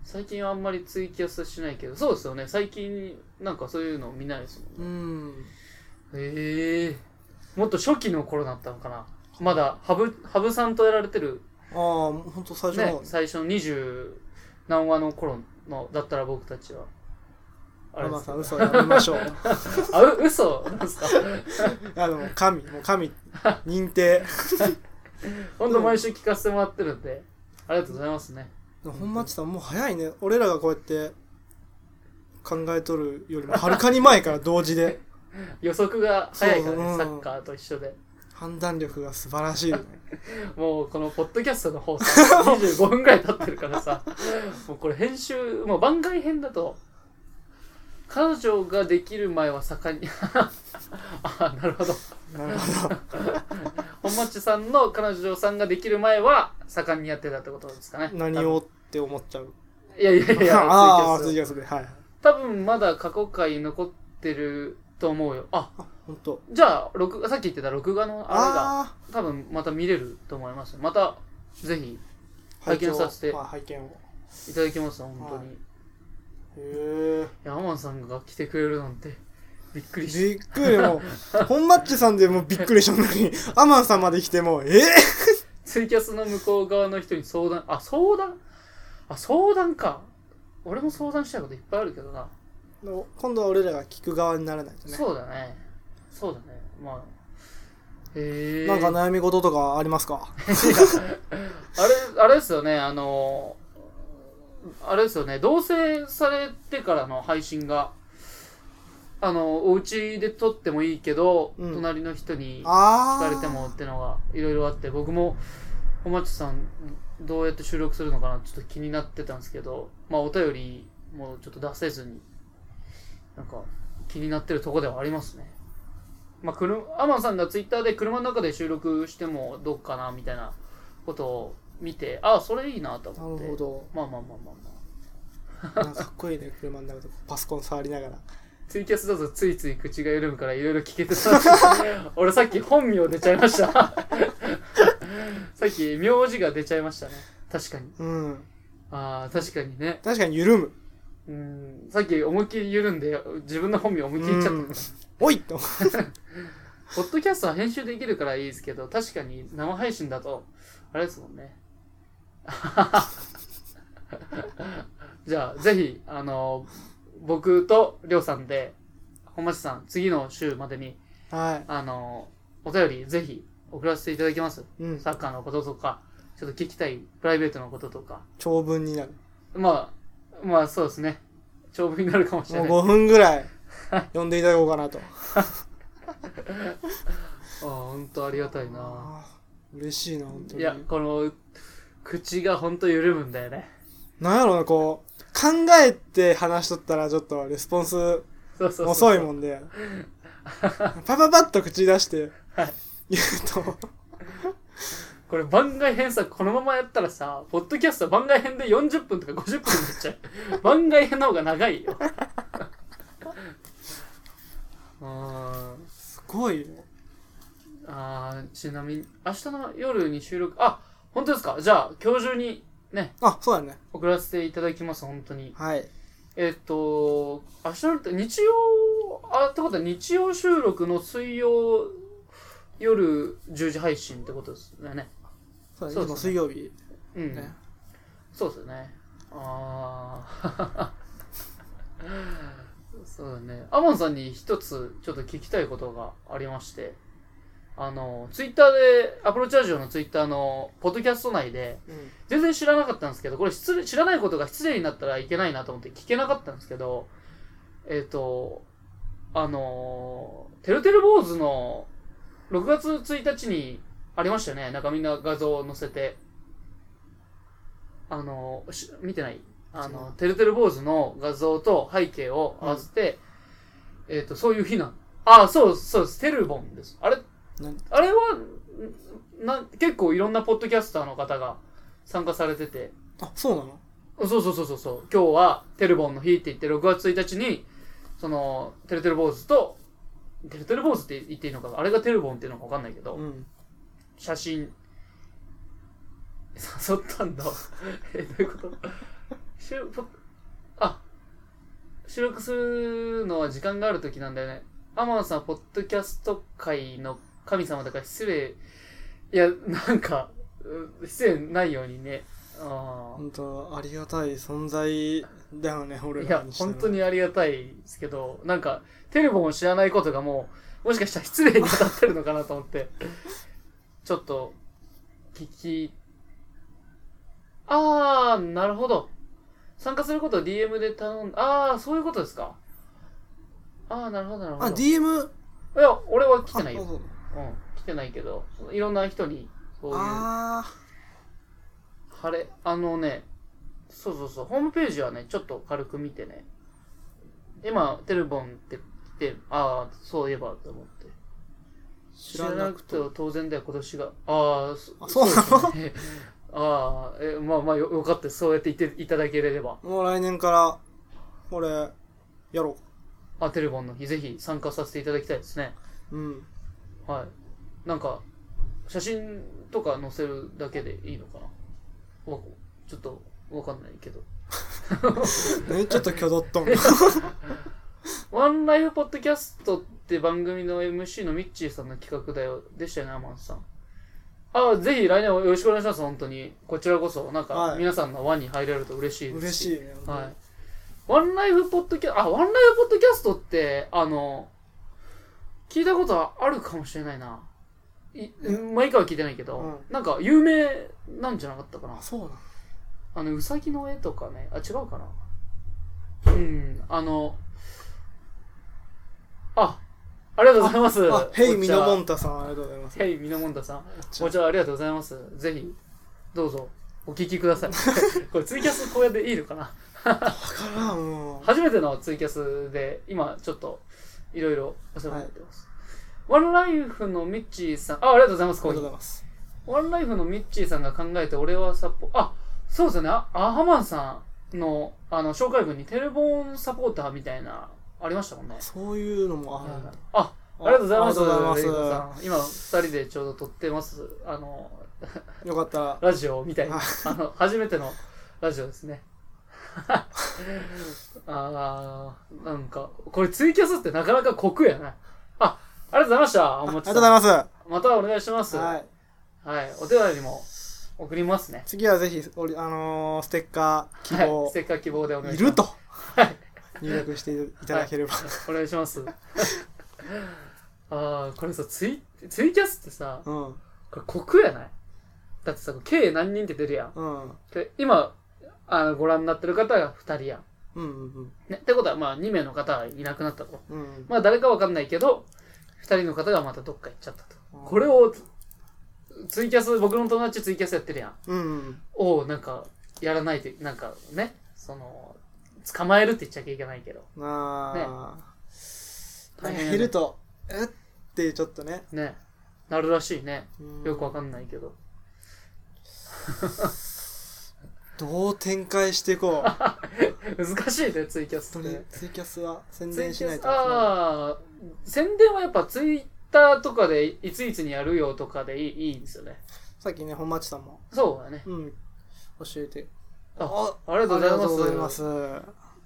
Speaker 2: 最近はあんまりツイキャスしないけど、そうですよね。最近、なんかそういうの見ないですもん
Speaker 1: う
Speaker 2: ね。
Speaker 1: ん。
Speaker 2: へえもっと初期の頃だったのかなまだ羽生羽生さんとやられてる、
Speaker 1: ああ、本当最初
Speaker 2: ね
Speaker 1: の、、
Speaker 2: 最初の20何話の頃のだったら僕たちはあ
Speaker 1: マ
Speaker 2: れで
Speaker 1: マ
Speaker 2: すけ
Speaker 1: さん、嘘
Speaker 2: ど
Speaker 1: やめましょう。
Speaker 2: あう嘘なんですか
Speaker 1: あの、神、もう神、認定。
Speaker 2: ほんと毎週聞かせてもらってるんでありがとうございますね
Speaker 1: 本町さん、もう早いね。俺らがこうやって考えとるよりも、はるかに前から同時で、
Speaker 2: 予測が早いから
Speaker 1: そうう
Speaker 2: ね
Speaker 1: ん
Speaker 2: サッカーと一緒で
Speaker 1: 判断力が素晴ら しいよね。
Speaker 2: もうこのポッドキャスト の放送25分ぐらい経ってるからさもうこれ編集もう番外編だと彼女ができる前は盛んに あなるほど
Speaker 1: なるほど。
Speaker 2: 本町さんの彼女さんができる前は盛んにやってたってことですかね
Speaker 1: 何をって思っちゃう。
Speaker 2: いやいやいや い
Speaker 1: あ
Speaker 2: や
Speaker 1: あ、
Speaker 2: ツ
Speaker 1: ツ
Speaker 2: イ
Speaker 1: イ
Speaker 2: キ
Speaker 1: キ
Speaker 2: ャス
Speaker 1: ャスで。はい。
Speaker 2: 多分まだ過去回残ってると思うよあ
Speaker 1: あ、本当。
Speaker 2: じゃあ録画さっき言ってた録画のあれが
Speaker 1: あ
Speaker 2: 多分また見れると思いますまたぜひ
Speaker 1: あ、
Speaker 2: 拝見させて
Speaker 1: まあ、拝見を。
Speaker 2: いただきました本当
Speaker 1: は
Speaker 2: に、
Speaker 1: い
Speaker 2: い
Speaker 1: へ
Speaker 2: やアマンさんが来てくれるなんてびっく
Speaker 1: え
Speaker 2: りし
Speaker 1: びっくりもう本マッチさんでもうびっくりしたのに アマンさんまで来てもうええ
Speaker 2: ツイキャスの向こう側の人に相談あ相談あ相談か俺も相談したいこといっぱいあるけどな、
Speaker 1: の今度は俺らが聞く側にならないとね
Speaker 2: そうだねそうだねまあへえ
Speaker 1: なんか悩み事とかありますか
Speaker 2: あれあれですよねあのあれですよね同棲されてからの配信があのお家で撮ってもいいけど、
Speaker 1: うん
Speaker 2: 隣の人に
Speaker 1: あ
Speaker 2: 聞
Speaker 1: あ
Speaker 2: かれてもってのがいろいろあって僕もおまちさんどうやって収録するのかなちょっと気になってたんですけどまあお便りもちょっと出せずになんか気になってるとこではありますねまあ車アマンさんがツイッターで車の中で収録してもどうかなみたいなことを見てああそれいいなと
Speaker 1: な
Speaker 2: 思
Speaker 1: る
Speaker 2: って
Speaker 1: ほど
Speaker 2: まあまあまあまあまあ
Speaker 1: なんかかっこいいね車の中でパソコン触りながら
Speaker 2: ツイキャスだとついつい口が緩むからいろいろ聞けてた俺さっき本名出ちゃい ましたさっき名字が出ちゃいましたね確かに
Speaker 1: うん
Speaker 2: ああ確かにね
Speaker 1: 確かに緩む
Speaker 2: うんさっき思いっきり緩んで自分の本名思いっきり言っちゃった、
Speaker 1: うんおいと
Speaker 2: ポッドキャストは編集できるからいいですけど確かに生配信だとあれですもんね じゃあぜひあの僕とりょうさんで本町さん次の週までに
Speaker 1: は
Speaker 2: あの、お便りぜひ送らせていただきます。
Speaker 1: い、うん、
Speaker 2: サッカーのこととか、ちょっと聞きたいプライベートのこととか。
Speaker 1: 長文になる
Speaker 2: まあ、まあそうですね。長文になるかもしれ
Speaker 1: もう
Speaker 2: ない。
Speaker 1: 5分ぐ らい呼んでいただこうかなと
Speaker 2: ああ、ほんとありがたいな。
Speaker 1: あー嬉しいな本当
Speaker 2: い
Speaker 1: に
Speaker 2: や、この、口がほんと緩むんだよね。
Speaker 1: なんやろうなこう考えて話しとったらちょっとレスポンス
Speaker 2: そうそうそう。
Speaker 1: 遅い
Speaker 2: ん。
Speaker 1: もん でパパパッと口出して
Speaker 2: はい
Speaker 1: 言うと
Speaker 2: これ番外編さ、このままやったらさ、ポッドキャスト番外編で40分とか50分になっちゃ う。番外編の方が長いよ。うーん。
Speaker 1: すごいよ
Speaker 2: あーちなみに明日の夜に収録あ本当ですかじゃあ今日中にね
Speaker 1: あそうだね
Speaker 2: 送らせていただきます本当に
Speaker 1: はい
Speaker 2: えっと明日の夜って日曜あってことは日曜収録の水曜夜10時配信ってことですよね
Speaker 1: そうだね
Speaker 2: そう
Speaker 1: いつも
Speaker 2: ですね
Speaker 1: 水曜日
Speaker 2: うん、
Speaker 1: ね
Speaker 2: そうですよねああ そうだねアマンさんに一つちょっと聞きたいことがありましてあのツイッターでアプローチラジオのツイッターのポッドキャスト内で
Speaker 1: うん
Speaker 2: 全然知らなかったんですけどこれ失礼知らないことが失礼になったらいけないなと思って聞けなかったんですけどえっ、とあのてるてる坊主の6月1日にありましたよねなんかみんな画像を載せてあのし見てないあ
Speaker 1: そ
Speaker 2: の
Speaker 1: う
Speaker 2: てるてる坊主の画像と背景を合わせて、えっ、とそういう日なんああそうそうですてるぼんですあれ
Speaker 1: 何
Speaker 2: あれはんな結構いろんなポッドキャスターの方が参加されてて
Speaker 1: あそうなの
Speaker 2: そうそうそうそうそう今日はテルボンの日って言って6月1日にそのてるてる坊主とてるてる坊主って言っていいのかあれがテルボンっていうのか分かんないけど、
Speaker 1: うん
Speaker 2: 写真誘ったんだ えどういうことしゅぽあ収録するのは時間がある時なんだよねアマンさんポッドキャスト界の神様だから失礼いやなんかう失礼ないようにねあ
Speaker 1: 本当ありがたい存在だよね
Speaker 2: あ
Speaker 1: 俺
Speaker 2: い
Speaker 1: ら
Speaker 2: や
Speaker 1: にしたら
Speaker 2: 本当にありがたいですけどなんかテレフォンを知らないことがもうもしかしたら失礼に当たってるのかなと思って ちょっと聞き、あー、なるほど。参加することを DM で頼んあー、そういうことですか。あー、なるほど、なるほど。
Speaker 1: あ DM
Speaker 2: いや、俺は来てないよ。
Speaker 1: あ
Speaker 2: うん、
Speaker 1: そう
Speaker 2: 来てないけど、いろんな人に、そういう、
Speaker 1: あー
Speaker 2: 晴れ、あのね、そうそうそう、ホームページはね、ちょっと軽く見てね、今、テルボンって来て、ああ、そういえばと思って。知
Speaker 1: 知
Speaker 2: ら
Speaker 1: ら
Speaker 2: な
Speaker 1: な
Speaker 2: く
Speaker 1: く
Speaker 2: て
Speaker 1: て
Speaker 2: は当然だよ、今年が。ああ、
Speaker 1: あそうなの
Speaker 2: ですね ああ、え、まあまあよ、よかったですそうやって言っていただければ。
Speaker 1: もう来年から俺やろ
Speaker 2: あ、テルボンの日、ぜひ参加させていただきたいですね。
Speaker 1: ううん
Speaker 2: はい。なんか、写真とか載せるだけでいいのかなわちょっと、わかんないけど。
Speaker 1: ね、ちょっときょどっと ん。
Speaker 2: ワンライフポッドキャストって番組の MC のミッチーさんの企画だよ。でしたよね、アマンさん。あ、ぜひ来年もよろしくお願いします、本当に。こちらこそ、なん
Speaker 1: は
Speaker 2: か、
Speaker 1: い
Speaker 2: 皆さんの輪に入れると嬉しいです
Speaker 1: 嬉しいね。
Speaker 2: はい。ワンライフポッドキャスト、あ、ワンライフポッドキャストって、あの、聞いたことあるかもしれないな。い毎回は聞いてないけど、
Speaker 1: う
Speaker 2: なんか有名なんじゃなかったかな
Speaker 1: あ、。そうなん
Speaker 2: あの、うさぎの絵とかね、あ、違うかな。うん、あの、あ、ありがとうございます。
Speaker 1: あ、ヘイ
Speaker 2: お茶
Speaker 1: ミノモンタさん、ありがとうございます。
Speaker 2: ヘイミノモンタさん。
Speaker 1: お
Speaker 2: お
Speaker 1: 茶
Speaker 2: 茶ありがとうございます。ぜひ、どうぞ、お聞きください。 これツイキャスこうやっていいのかな
Speaker 1: わからん、も
Speaker 2: 初めてのツイキャスで、今ちょっといろいろお世話になってます。ワンライフのミッチーさん、あ、ありがとうございます、
Speaker 1: う。ありが
Speaker 2: コ
Speaker 1: とうござい。
Speaker 2: ーヒー
Speaker 1: ます。
Speaker 2: ワンライフのミッチーさんが考えて、俺はサポ、あ、そうですよね、あアハマンさんの、あの、紹介文にテレボンサポーターみたいな、ありましたもんね。
Speaker 1: そういうのもあるんだ。
Speaker 2: あ、ありがとうございます。
Speaker 1: ありがとうござい
Speaker 2: レイコ
Speaker 1: ま
Speaker 2: さん今、二人でちょうど撮ってます。あの、
Speaker 1: す。よかったら、
Speaker 2: ラジオみたいな
Speaker 1: あ、
Speaker 2: あの、初めてのラジオですね。 ああ、なんか、これツイキャスってなかなか酷やな。あ、ありがとうございました。
Speaker 1: あ
Speaker 2: お
Speaker 1: あり
Speaker 2: も
Speaker 1: が
Speaker 2: ち
Speaker 1: とうん
Speaker 2: さ
Speaker 1: ございます。
Speaker 2: またお願いします。は。
Speaker 1: はいい。
Speaker 2: お手紙も送りますね。
Speaker 1: 次はぜひ、おりあのーステッカー希
Speaker 2: はい、
Speaker 1: 望
Speaker 2: ス、テッカー希望でお願い
Speaker 1: い
Speaker 2: します。
Speaker 1: ると
Speaker 2: はい
Speaker 1: 入力していただければ。
Speaker 2: お願いします。ああ、これさ、ツイ、ツイキャスってさ、
Speaker 1: うん。
Speaker 2: これ酷やないだってさ、計何人って出るやん。
Speaker 1: うん。
Speaker 2: で今、あのご覧になってる方が2人やん。
Speaker 1: うんうん
Speaker 2: ね、ってことは、まあ、2名の方がいなくなったと。
Speaker 1: うん。うん。
Speaker 2: まあ、誰かわかんないけど、2人の方がまたどっか行っちゃったと。
Speaker 1: うん
Speaker 2: これを、ツイキャス、僕の友達ツイキャスやってるやん。
Speaker 1: うん。
Speaker 2: を、なんか、やらないと、なんかね、その、捕まえるって言っちゃいけないけど。
Speaker 1: なあ。な
Speaker 2: 大
Speaker 1: んか
Speaker 2: 変やね
Speaker 1: いると、えってちょっとね。
Speaker 2: ね、なるらしいね。
Speaker 1: うん
Speaker 2: よくわかんないけど。
Speaker 1: どう展開してい こう。
Speaker 2: 難しいね、ツイキャス
Speaker 1: 本
Speaker 2: っ
Speaker 1: 当に
Speaker 2: て。
Speaker 1: ツイキャスは宣
Speaker 2: ツイ
Speaker 1: 伝
Speaker 2: キ
Speaker 1: し
Speaker 2: ャ
Speaker 1: ない
Speaker 2: ス、
Speaker 1: と。
Speaker 2: ああ、宣伝はやっぱツイッターとかで、いついつにやるよとかでいいいいんですよね。
Speaker 1: さっきね、本町さんも、
Speaker 2: そうだね。
Speaker 1: うん、教えて。
Speaker 2: あ、ありがとうござい
Speaker 1: あ
Speaker 2: ます。
Speaker 1: りがとうございます。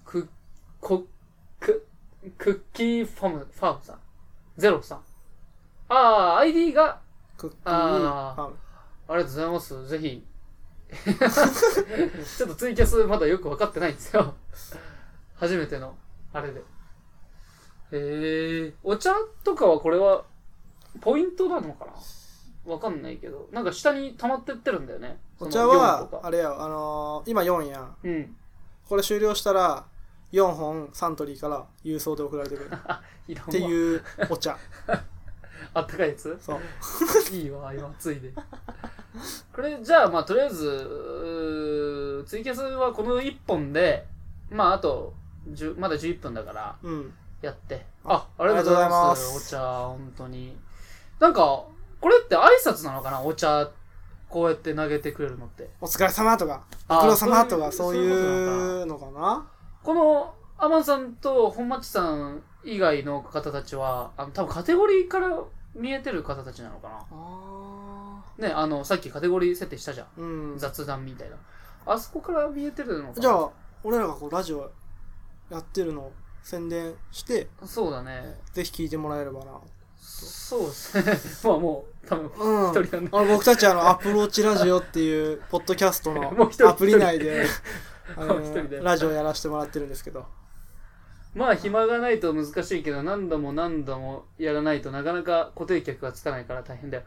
Speaker 2: く、こ、く、クッキーファム、ファームさん。ゼロさん。ああ、ID が、
Speaker 1: クッキー
Speaker 2: あー
Speaker 1: ファン
Speaker 2: ありがとうございます。ぜひ。 ちょっとツイキャスまだよく分かってないんですよ。初めての、あれで。へえ、お茶とかはこれは、ポイントなのかなわかんないけど。なんか下に溜まってってるんだよね。
Speaker 1: お茶
Speaker 2: その量と
Speaker 1: は、
Speaker 2: か
Speaker 1: あれや、あのー今4やん。
Speaker 2: うん。
Speaker 1: これ終了したら、4本サントリーから郵送で送られて くる。っ
Speaker 2: いらんわ
Speaker 1: ていうお茶。
Speaker 2: あったかいやつ
Speaker 1: そう。
Speaker 2: いいわ、今、ついで。これ、じゃあ、まあ、とりあえず、うーツイキャスはこの1本で、まあ、あと、10まだ11分だから、
Speaker 1: うん。
Speaker 2: やって。あ、ありがとうございま
Speaker 1: ありが
Speaker 2: す。
Speaker 1: とうございます
Speaker 2: お茶、本当に。なんか、これって挨拶なのかなお茶、こうやって投げてくれるのって。
Speaker 1: お疲れ様とか、
Speaker 2: あー
Speaker 1: ご苦労様とか、
Speaker 2: そ
Speaker 1: そうう
Speaker 2: いう
Speaker 1: いうのかな
Speaker 2: この、アマンさんと本町さん以外の方たちは、あの、多分カテゴリーから見えてる方たちなのか
Speaker 1: あ
Speaker 2: なね、あの、さっきカテゴリー設定したじゃん。
Speaker 1: ーうん。じゃ
Speaker 2: 雑談みたいな。あそこから見えてるのかな
Speaker 1: あ、俺らがこう、ラジオやってるのを宣伝して、
Speaker 2: そうだね。
Speaker 1: ぜひ聞いてもらえればな。
Speaker 2: そうですね。 まあもう、多分
Speaker 1: うん。
Speaker 2: 一人なんで。
Speaker 1: あの僕たちあのアプローチラジオっていうポッドキャストの
Speaker 2: もう一人
Speaker 1: アプリ内 であ
Speaker 2: もう一人で
Speaker 1: のラジオやらせてもらってるんですけど
Speaker 2: まあ暇がないと難しいけど、何度も何度もやらないとなかなか固定客がつかないから大変だよ。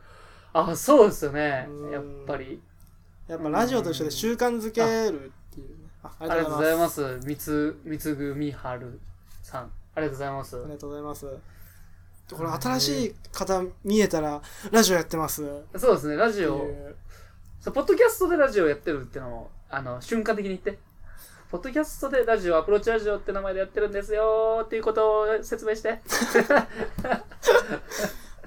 Speaker 2: あ、そうですよね
Speaker 1: う。ん
Speaker 2: やっぱり。
Speaker 1: やっぱラジオと一緒で習慣づけるっていうねあ
Speaker 2: あ
Speaker 1: あ
Speaker 2: り
Speaker 1: りが
Speaker 2: がと
Speaker 1: とうご
Speaker 2: うござ
Speaker 1: ざ
Speaker 2: い
Speaker 1: い
Speaker 2: ま
Speaker 1: ます
Speaker 2: す。みつ、みつぐみはるさん。ありがとうございます
Speaker 1: あり。がとうございますこれ新しい方見えたらラジオやってますって
Speaker 2: そうですね、ラジ
Speaker 1: い
Speaker 2: オ。
Speaker 1: う
Speaker 2: そうポッドキャストでラジオやってるってのも、あの、瞬間的に言って。ポッドキャストでラジオ、アプローチラジオって名前でやってるんですよーっていうことを説明して。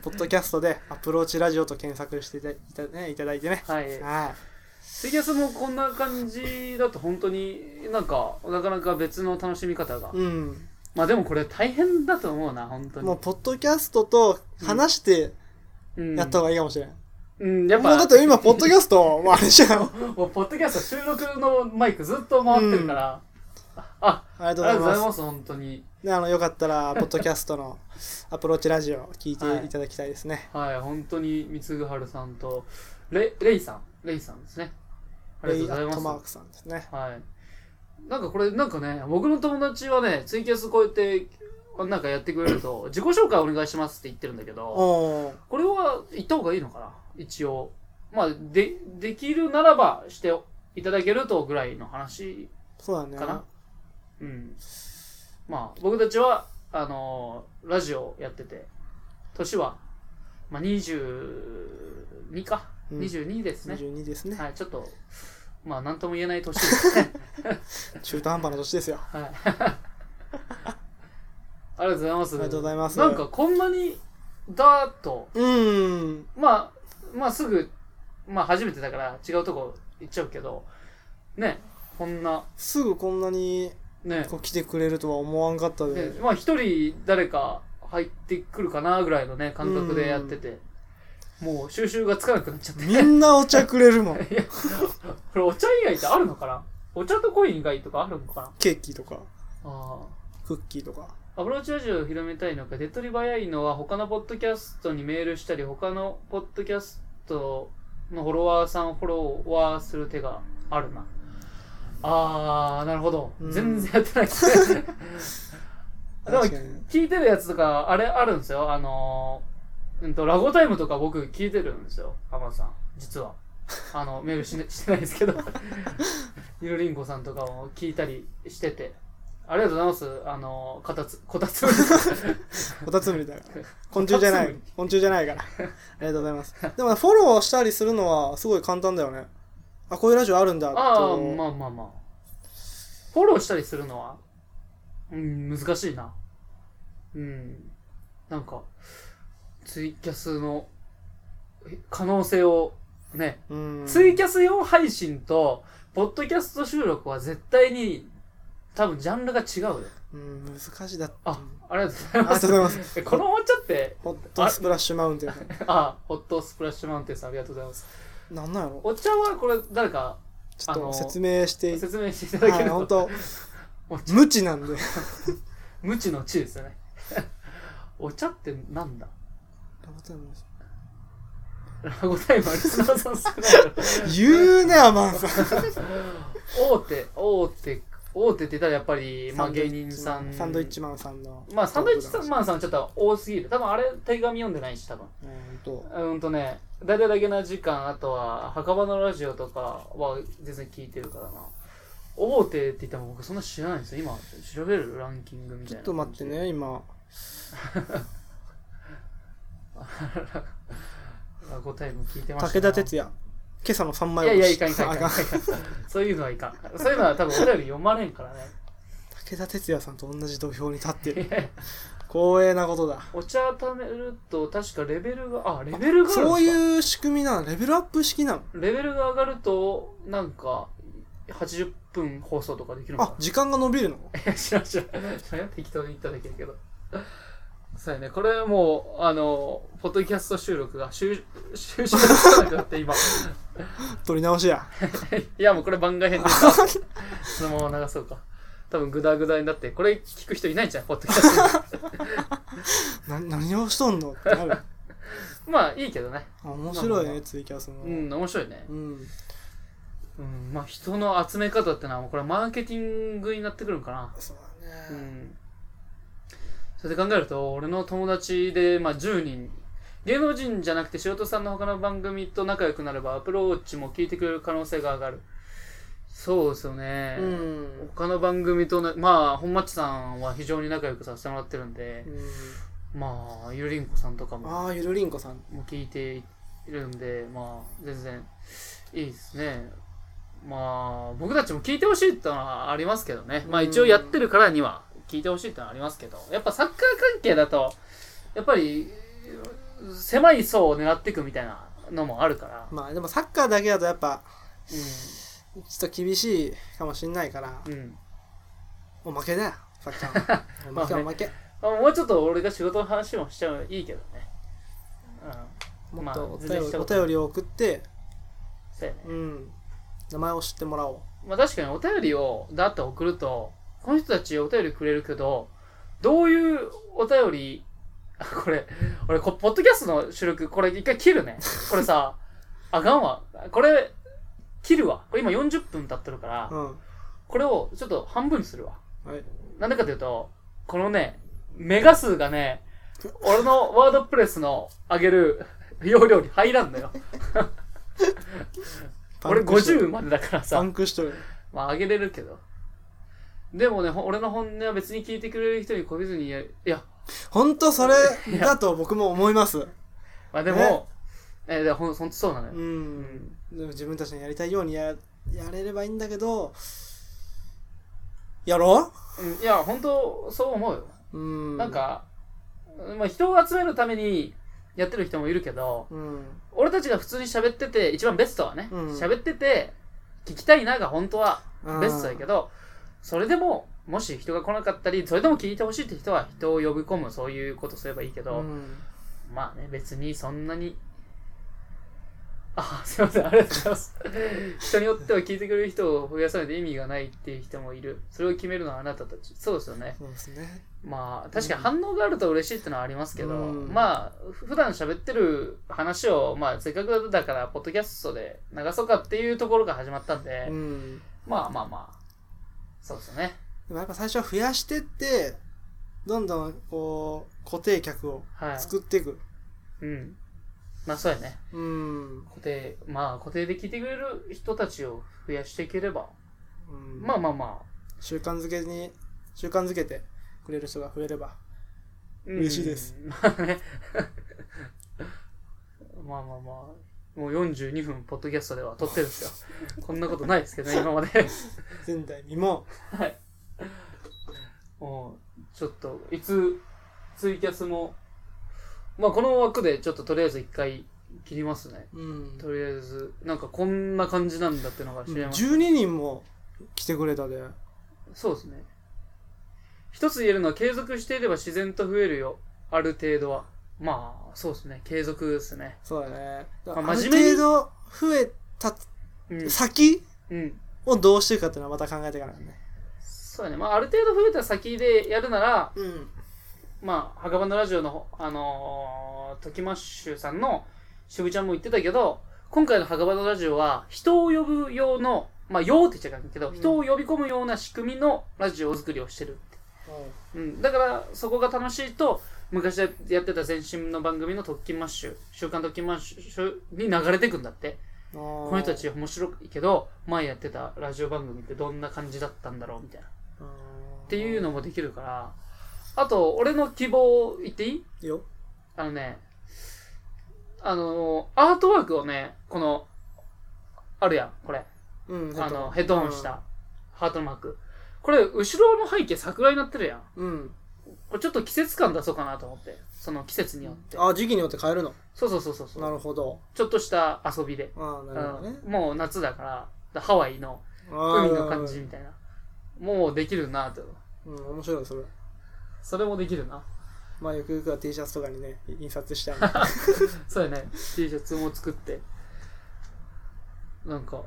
Speaker 1: ポッドキャストでアプローチラジオと検索していたいた,、ね、いただいてね
Speaker 2: はい。
Speaker 1: は
Speaker 2: ツイキャスもこんな感じだと本当になんか、なかなか別の楽しみ方が
Speaker 1: い。うん
Speaker 2: まあでもこれ大変だと思うな、本当に。
Speaker 1: もうポッドキャストと話して
Speaker 2: うん
Speaker 1: やった方がいいかもしれん、
Speaker 2: うん、やっ
Speaker 1: もうだ
Speaker 2: ぱ
Speaker 1: っ、て今、ポッドキャスト、もうあれじ ゃん。あ
Speaker 2: もうポッドキャスト収録のマイクずっと回ってるから、あ、
Speaker 1: りが
Speaker 2: あり
Speaker 1: とう
Speaker 2: が
Speaker 1: ご
Speaker 2: と
Speaker 1: ざ
Speaker 2: う
Speaker 1: い
Speaker 2: ご
Speaker 1: ま
Speaker 2: ざい
Speaker 1: す。
Speaker 2: ます、本当に。
Speaker 1: ね、あの、よかったら、ポッドキャストのアプローチラジオ聞い
Speaker 2: はい
Speaker 1: ていただきたいですね。
Speaker 2: はい、本当に三ぐはるさんと、レレイさん、レイさんですね。ありがとうご
Speaker 1: レイアッ
Speaker 2: ざ
Speaker 1: ト
Speaker 2: い
Speaker 1: マ
Speaker 2: ま
Speaker 1: ークさんですね。
Speaker 2: す。はい。なんかこれ、なんかね、僕の友達はね、ツイキャスこうやって、なんかやってくれると、自己紹介お願いしますって言ってるんだけど、
Speaker 1: おー
Speaker 2: これは言った方がいいのかな一応。まあ、で、できるならばしていただけるとぐらいの話
Speaker 1: そうだね。
Speaker 2: かな。うん。まあ、僕たちは、あのーラジオやってて、年は、まあ、22か。
Speaker 1: うん
Speaker 2: 22ですね。
Speaker 1: 22ですね。
Speaker 2: はい、ちょっと、まあ、なんとも言えない年ですね。
Speaker 1: 中途半端な年ですよ。
Speaker 2: はい。 ありがとうございます。
Speaker 1: ありがとうございます
Speaker 2: なんか、こんなに、だーっと、
Speaker 1: うーん。
Speaker 2: まあ、まあ、すぐ、まあ、初めてだから、違うとこ行っちゃうけど、ね、こんな、
Speaker 1: すぐこんなに
Speaker 2: ね、
Speaker 1: こう来てくれるとは思わんかった
Speaker 2: ね
Speaker 1: で、
Speaker 2: まあ一人誰か入ってくるかなぐらいのね感覚でやっててもう収集がつかなくなっちゃって
Speaker 1: みんなお茶くれるもん。
Speaker 2: これお茶以外ってあるのかなお茶とコイン以外とかあるのかな
Speaker 1: ケーキとか、
Speaker 2: あ
Speaker 1: クッキーとか。
Speaker 2: ーアプローチラジオを広めたいのか手っ取り早いのは他のポッドキャストにメールしたり他のポッドキャストのフォロワーさんをフォロワーする手があるなあーなるほど
Speaker 1: うん
Speaker 2: 全然やってない ですねでも
Speaker 1: 確かに。
Speaker 2: 聞いてるやつとか、あれあるんですよ。あのー、うんと、ラゴタイムとか僕聞いてるんですよ。浜田さん。実は。あの、メールし,、してないですけど。ゆるりんこさんとかも聞いたりしてて。ありがとうございます。あのー、こたつ、こたつむりさん。
Speaker 1: こたつむりだから。昆虫じゃな
Speaker 2: こたつ
Speaker 1: い
Speaker 2: む。
Speaker 1: 昆虫じゃないから。ありがとうございます。でもねフォローしたりするのはすごい簡単だよね。あ、こういうラジオあるんだ
Speaker 2: ああ、
Speaker 1: と。
Speaker 2: まあまあまあ。フォローしたりするのは、うん、難しいな。うん。なんか、ツイキャスのえ可能性をね、
Speaker 1: うん。
Speaker 2: ツイキャス用配信と、ポッドキャスト収録は絶対に、多分ジャンルが違うよ。
Speaker 1: うん、難しいだ。
Speaker 2: あ、ありがとうござ
Speaker 1: ありがと
Speaker 2: います。
Speaker 1: うござい ます。
Speaker 2: えこのお茶って、
Speaker 1: ホットスプラッシュマウンテンさ
Speaker 2: あ、ホットスプラッシュマウンテンさんありがとうございます。
Speaker 1: ん。なんなんやろ
Speaker 2: お茶はこれ誰か
Speaker 1: ちょっ
Speaker 2: あの
Speaker 1: と説明してい
Speaker 2: 説明していただ
Speaker 1: は
Speaker 2: け
Speaker 1: い、
Speaker 2: る
Speaker 1: 本
Speaker 2: と、
Speaker 1: 当
Speaker 2: お茶
Speaker 1: 無知なんで。
Speaker 2: 無知の知ですよね。 お茶ってなんだラゴタイムはリスナーさん少ないから。
Speaker 1: 言うね、アマンさん。
Speaker 2: 大手、大手、大手って言ったらやっぱり、まあ芸人さん。
Speaker 1: サンドイッチマンさんの。
Speaker 2: まあサンドイッチ
Speaker 1: ン。
Speaker 2: マンさんはちょっと多すぎる。多分あれ手紙読んでないし、多分。
Speaker 1: うんと。
Speaker 2: うんとね、大体だけな時間、あとは、墓場のラジオとかは全然聞いてるからな。大手って言っても僕そんな知らないんですよ。今、調べるランキングみたい
Speaker 1: ちょ
Speaker 2: な。
Speaker 1: っと待って。 ね、今。
Speaker 2: あ、ごタイム聞いてました
Speaker 1: 武
Speaker 2: な。
Speaker 1: 田鉄矢。今朝の3枚
Speaker 2: いや
Speaker 1: おろし
Speaker 2: いや、いかんいかんいかん。
Speaker 1: あ
Speaker 2: いかんそういうのはいかん。そういうのは多分お便り読まれんからね。
Speaker 1: 武田鉄矢さんと同じ土俵に立ってる。光栄なことだ。
Speaker 2: お茶貯めると、確かレベルが、あ、レベルがあるんですか
Speaker 1: そういう仕組みなのレベルアップ式なの
Speaker 2: レベルが上がると、なんか、80分放送とかできるのか
Speaker 1: あ
Speaker 2: な、
Speaker 1: 時間が伸びるの
Speaker 2: いや 知らん知らん知らんよ適当に言っただけやけどそうやねこれもうあのポッドキャスト収録が収収集がつかなくなって今
Speaker 1: 取り直しや。
Speaker 2: いやもうこれ番外編でさ そのまま流そうか多分グダグダになってこれ聞く人いないじゃんポッドキャスト
Speaker 1: な、何をしとんのってなる。あ
Speaker 2: まあいいけどね
Speaker 1: 面白い
Speaker 2: まあまあま
Speaker 1: ね、
Speaker 2: あ
Speaker 1: ツイキャスも。
Speaker 2: う。ん面白いね
Speaker 1: うん。
Speaker 2: うんまあ人の集め方ってのはもうこれマーケティングになってくるんかな
Speaker 1: そうだ
Speaker 2: う
Speaker 1: ね。
Speaker 2: んそれで考えると俺の友達で、まあ、10人芸能人じゃなくて仕事さんの他の番組と仲良くなればアプローチも聞いてくれる可能性が上がるそうですよね、
Speaker 1: うん。
Speaker 2: 他の番組とねまあ本マッチさんは非常に仲良くさせてもらってるんで
Speaker 1: う、ん
Speaker 2: まあゆりんこさんとかも
Speaker 1: ああ、ゆるりんこさん。
Speaker 2: もう聞いているんでまあ全然いいですねまあ僕たちも聞いてほしいってのはありますけどねまあ
Speaker 1: うん
Speaker 2: 一応やってるからには聞いてほしいってのはありますけどやっぱサッカー関係だとやっぱり狭い層を狙っていくみたいなのもあるから
Speaker 1: まあでもサッカーだけだとやっぱ、
Speaker 2: う
Speaker 1: ちょっと厳しいかもしんないから、
Speaker 2: ん、うん
Speaker 1: おまけだよ、サッカーは。 おまけ
Speaker 2: まあ
Speaker 1: お
Speaker 2: ね
Speaker 1: まけ。
Speaker 2: まあ、もうちょっと俺が仕事の話もしちゃういいけどね
Speaker 1: もっとお便
Speaker 2: まあ全然
Speaker 1: り,、
Speaker 2: した
Speaker 1: お
Speaker 2: こと
Speaker 1: 便りを送って、
Speaker 2: そうやね
Speaker 1: うん、名前を知ってもらおう。
Speaker 2: まあ確かにお便りをだって送るとこの人たちお便りくれるけどどういうお便りこれ俺こポッドキャストの収録これ一回切るねこれさ あかんわこれ切るわこれ今40分経ってるから、
Speaker 1: うん。
Speaker 2: これをちょっと半分にするわ
Speaker 1: はい。
Speaker 2: なんでかというとこのねメガ数がね俺のワードプレスの上げる容量に入らんのよ
Speaker 1: パ
Speaker 2: 俺
Speaker 1: ンクしとる
Speaker 2: 50までだからさ
Speaker 1: パンクしとる。
Speaker 2: まあ、あげれるけど。でもね、ほ俺の本音は別に聞いてくれる人にこびずにやる。いや、
Speaker 1: 本当それだと僕も思います。
Speaker 2: まあでも、えでほんほんとそうな
Speaker 1: う。
Speaker 2: のよ。うんん。
Speaker 1: でも自分たちのやりたいようにややれればいいんだけど、やろ
Speaker 2: うんいや、本当そう思うよ。
Speaker 1: ううん。
Speaker 2: なん、か、まあ人を集めるためにやってる人もいるけど、
Speaker 1: うん。
Speaker 2: 俺たちが普通に喋ってて、一番ベストはね、
Speaker 1: うん
Speaker 2: 喋ってて、聞きたいなが本当はベストだけ
Speaker 1: ど。
Speaker 2: ど、それでも、もし人が来なかったり、それでも聞いてほしいって人は人を呼び込む、そういうことすればいいけど、
Speaker 1: うん
Speaker 2: まあね、別にそんなに。あ、すいません、ありがとうございます。 人によっては聞いてくれる人を増やさないと意味がないっていう人もいる。それを決めるのはあなたたち。そうですよね。
Speaker 1: そうですね。
Speaker 2: まあ、確かに反応があると嬉しいってのはありますけど、
Speaker 1: うん
Speaker 2: まあ、普段喋ってる話を、まあ、せっかくだから、ポッドキャストで流そうかっていうところが始まったんで、
Speaker 1: うん。
Speaker 2: まあまあまあ、そうですよね。
Speaker 1: でもやっぱ最初は増やしてって、どんどんこう、固定客を
Speaker 2: はい。
Speaker 1: 作っていく。
Speaker 2: うん。まあ、そうやね。
Speaker 1: うん。
Speaker 2: 固定、まあ、固定で聞いてくれる人たちを増やしていければ、
Speaker 1: うん
Speaker 2: まあまあまあ、
Speaker 1: 習慣づけに、習慣づけてくれる人が増えれば。
Speaker 2: うん
Speaker 1: 嬉しいです。
Speaker 2: まあね。まあまあまあ、もう42分、ポッドキャストでは撮ってるんですよ。こんなことないですけ どね、今まで。
Speaker 1: 前代未聞。
Speaker 2: もう、ちょっと、いつ、ツイキャスも、まあこの枠でちょっととりあえず一回切りますね。
Speaker 1: うん。
Speaker 2: とりあえず、なんかこんな感じなんだってのが知れます。
Speaker 1: 12人も来てくれたで。
Speaker 2: そうですね。一つ言えるのは継続していれば自然と増えるよ。ある程度は。まあ、そうですね。継続ですね。
Speaker 1: そうだね。
Speaker 2: ま
Speaker 1: あ
Speaker 2: あ
Speaker 1: る
Speaker 2: 真面目に
Speaker 1: 程度増えた
Speaker 2: うん。
Speaker 1: 先
Speaker 2: うん。
Speaker 1: をどうしていくかっていうのはまた考えていかないとね。
Speaker 2: そうやね、まあ、ある程度増えた先でやるなら、
Speaker 1: うん。
Speaker 2: まあ、墓場のラジオの、あのー、ときまっしゅさんの渋ちゃんも言ってたけど、今回の墓場のラジオは、人を呼ぶ用の、まあ、用って言っちゃいかんけど、
Speaker 1: うん
Speaker 2: 人を呼び込むような仕組みのラジオ作りをしてるって。うん、だから、そこが楽しいと、昔やってた前身の番組の特勤マッシュ、週刊特勤マッシュに流れてくんだって。こ
Speaker 1: こ
Speaker 2: の人たち面白いけど、前やってたラジオ番組ってどんな感じだったんだろうみたいな。
Speaker 1: っ
Speaker 2: っていうのもできるから、あと、俺の希望言っていい
Speaker 1: よ。
Speaker 2: あのね、あの、アートワークをね、この、あるやん、これ。
Speaker 1: うん。
Speaker 2: あの、ヘッドホンした、ハートのマーク。これ、後ろの背景桜になってるやん。
Speaker 1: うん。うん。
Speaker 2: これちょっと季節感出そうかなと思って。その季節によって。
Speaker 1: あ、時期によって変えるの。
Speaker 2: そうそうそうそうそ
Speaker 1: な
Speaker 2: う。
Speaker 1: るほど。
Speaker 2: ちょっとした遊びで。
Speaker 1: ああ、
Speaker 2: う
Speaker 1: なるほどね
Speaker 2: ん。もう夏だから、ハワイの海
Speaker 1: 海
Speaker 2: の感じみたいな。もうできるなと。
Speaker 1: うん、面白い、それ。
Speaker 2: それもできるな。
Speaker 1: まあ、ゆくゆくは T シャツとかにね、印刷した い。
Speaker 2: そうやね T シャツも作ってなんか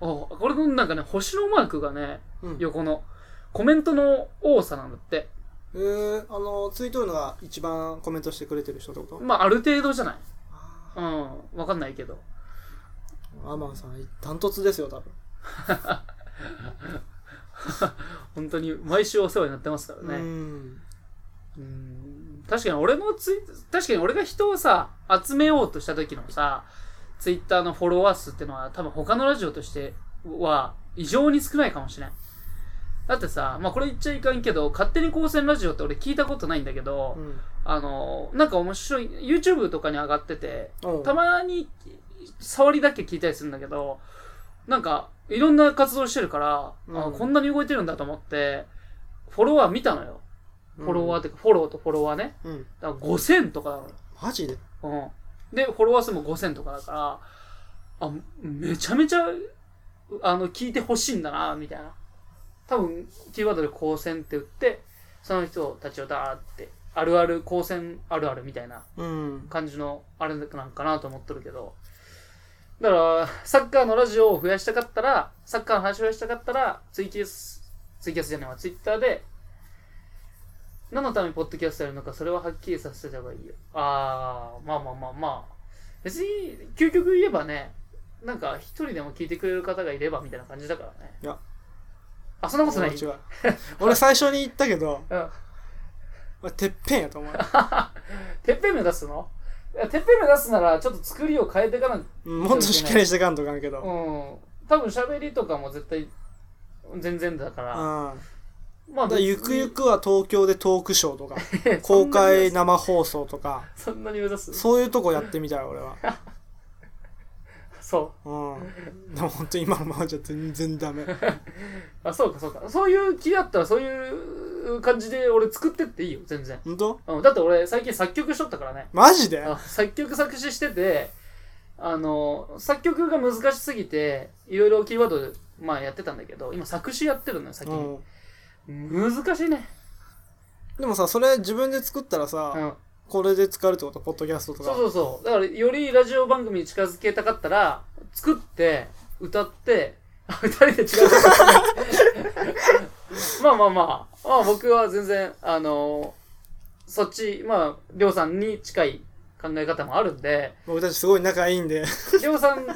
Speaker 2: あこれのなんかね星のマークがね
Speaker 1: うん。
Speaker 2: 横のコメントの多さなんだって
Speaker 1: えー、あの、ツイートのが一番コメントしてくれてる人ってこと
Speaker 2: まあある程度じゃない
Speaker 1: あ
Speaker 2: うんわかんないけど
Speaker 1: ーアマンさん、ダントツですよ、多分。
Speaker 2: 本当に毎週お世話になってますから
Speaker 1: う
Speaker 2: ね
Speaker 1: ん。
Speaker 2: うん確かに俺のツイ確かに俺が人をさ集めようとした時のさツイッターのフォロワー数ってのは多分他のラジオとしては異常に少ないかもしれんだってさ、まあ、これ言っちゃいかんけど、勝手に高専ラジオって俺聞いたことないんだけど、
Speaker 1: うん。
Speaker 2: あの、なんか面白い、YouTube とかに上がってて、
Speaker 1: おう
Speaker 2: たまに触りだけ聞いたりするんだけど、なんか、いろんな活動してるから、あ
Speaker 1: うん
Speaker 2: こんなに動いてるんだと思って、フォロワー見たのよ。フォロワーってか、フォローとフォロワーね。
Speaker 1: うん。
Speaker 2: だから5000とかなのよ。
Speaker 1: マジで
Speaker 2: うん。で、フォロワー数も5000とかだから、あ、めちゃめちゃ、あの、聞いてほしいんだな、みたいな。多分、キーワードで高専って打って、その人たちをダーってあるある、高専あるあるみたいな
Speaker 1: うん。
Speaker 2: 感じのあれなんかなと思ってるけど、だから、サッカーのラジオを増やしたかったら、サッカーの話を増やしたかったら、ツイキャス、ツイキャスじゃないわ、ツイッターで、何のためにポッドキャストやるのか、それははっきりさせた方がいいよ。あー、まあまあまあまあ。別に、究極言えばね、なんか一人でも聞いてくれる方がいればみたいな感じだからね。
Speaker 1: いや。
Speaker 2: あ、そんなことない
Speaker 1: 俺違う。 俺最初に言ったけど、
Speaker 2: うん。
Speaker 1: 俺てっぺんやと 思う。
Speaker 2: てっぺん目指すのいやてっぺん目指すなら、ちょっと作りを変えていかない
Speaker 1: うんもっとしっかりしてかんとかんけど。うん。
Speaker 2: うん。多分喋りとかも絶対、全然だから。ま
Speaker 1: だからゆくゆ
Speaker 2: く
Speaker 1: くは東京でトークショーと か、公開。生放送とか、
Speaker 2: そんなに目 指すそ
Speaker 1: そういうとこやってみたい、俺は。
Speaker 2: そ
Speaker 1: うん。でも本当今のままじゃ全然 ダメ。
Speaker 2: う。あ、そうかそうか。そういう気だったらそういう感じで俺作ってっていいよ、全然。
Speaker 1: 本当
Speaker 2: うん、だって俺最近作曲しとったからね。
Speaker 1: マジで
Speaker 2: あ作曲作詞してて、あの、作曲が難しすぎて、いろいろキーワード、まあやってたんだけど、今作詞やってるのよ、先
Speaker 1: う
Speaker 2: に。
Speaker 1: ん。
Speaker 2: 難しいね。
Speaker 1: でもさ、それ自分で作ったら
Speaker 2: う
Speaker 1: さ、
Speaker 2: ん。
Speaker 1: これで使えるってことポッドキャストと
Speaker 2: そう
Speaker 1: か。
Speaker 2: そうそう。だから、よりラジオ番組に近づけたかったら、作って、歌って、あ二人 で違う。まあまあまあ、まあ僕は全然、あのそっち、まあ、りょうさんに近い考え方もあるんで、
Speaker 1: 僕たちすごい仲いいんで。
Speaker 2: りょう さん、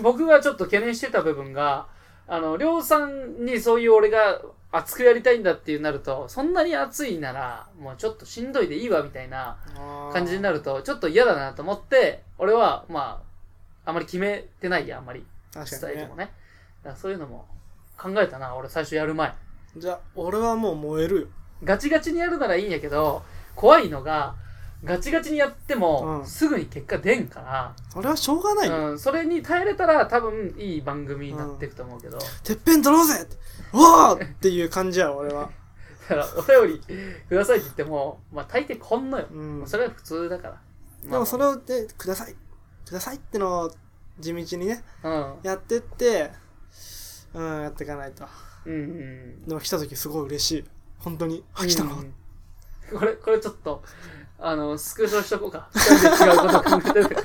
Speaker 2: 僕がちょっと懸念してた部分が、あの、りょうさんにそういう俺が熱くやりたいんだっていうなると、そんなに熱いなら、もうちょっとしんどいでいいわ、みたいな、感じに
Speaker 1: な
Speaker 2: なると、ちょっと嫌だなと思って、俺は、まあ、あまり決めてないや、あんまり。
Speaker 1: 確
Speaker 2: ス
Speaker 1: か
Speaker 2: タ
Speaker 1: に
Speaker 2: イ
Speaker 1: ね
Speaker 2: ルも。ね。だからそういうのも考えたな、俺最初やる前。
Speaker 1: じゃあ、俺はもう燃えるよ。
Speaker 2: ガチガチにやるならいいんやけど、怖いのが、ガチガチにやっても、
Speaker 1: うん
Speaker 2: すぐに結果出んか
Speaker 1: それはしょうがないよ。
Speaker 2: ら、うん、それに耐えれたら多分いい番組になっていくと思うけど、
Speaker 1: てっぺん取ろうぜおーっていう感じや、俺は。
Speaker 2: だからお便りくださいって言っても、まあ大抵こんのよ。
Speaker 1: うん。
Speaker 2: それは普通だから。
Speaker 1: でもそれ
Speaker 2: は、
Speaker 1: をで、ください、くださいってのを地道にね、
Speaker 2: うん、
Speaker 1: やってって、うん、やっていかないと。
Speaker 2: うんうん。
Speaker 1: でも来た時すごい嬉しい。本当に。あ、来たの、
Speaker 2: うんこれ、これちょっと、あの、スクショしとこうか。二人で違うこと考えてるから。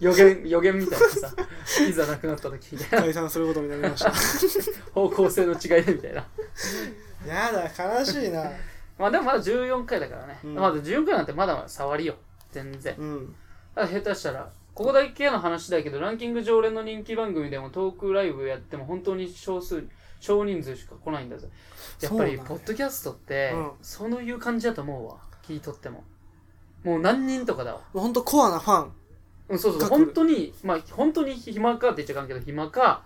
Speaker 2: 予言、予言みたいなさ。いざなくなった時みたいな。
Speaker 1: 解散することになりま した。
Speaker 2: 方向性の違いでみたいな。
Speaker 1: やだ、悲しいな。
Speaker 2: まあでもまだ14回だからね。
Speaker 1: うん
Speaker 2: まだ14回なんてまだまだ触りよ。全然。
Speaker 1: うん。
Speaker 2: あ下手したら、ここだけの話だけど、ランキング常連の人気番組でもトークライブやっても本当に少数、少人数しか来ないんだぜ。やっぱ
Speaker 1: そう
Speaker 2: り、
Speaker 1: なんだ
Speaker 2: ポッドキャストって
Speaker 1: うん、
Speaker 2: そういう感じだと思うわ。聞いとっても。もう何人とかだわ。
Speaker 1: もう本当コアなファン。
Speaker 2: うん、そうそう、
Speaker 1: が来る
Speaker 2: 本当に、まあ、本当に暇かって言っちゃいかんけど、暇か、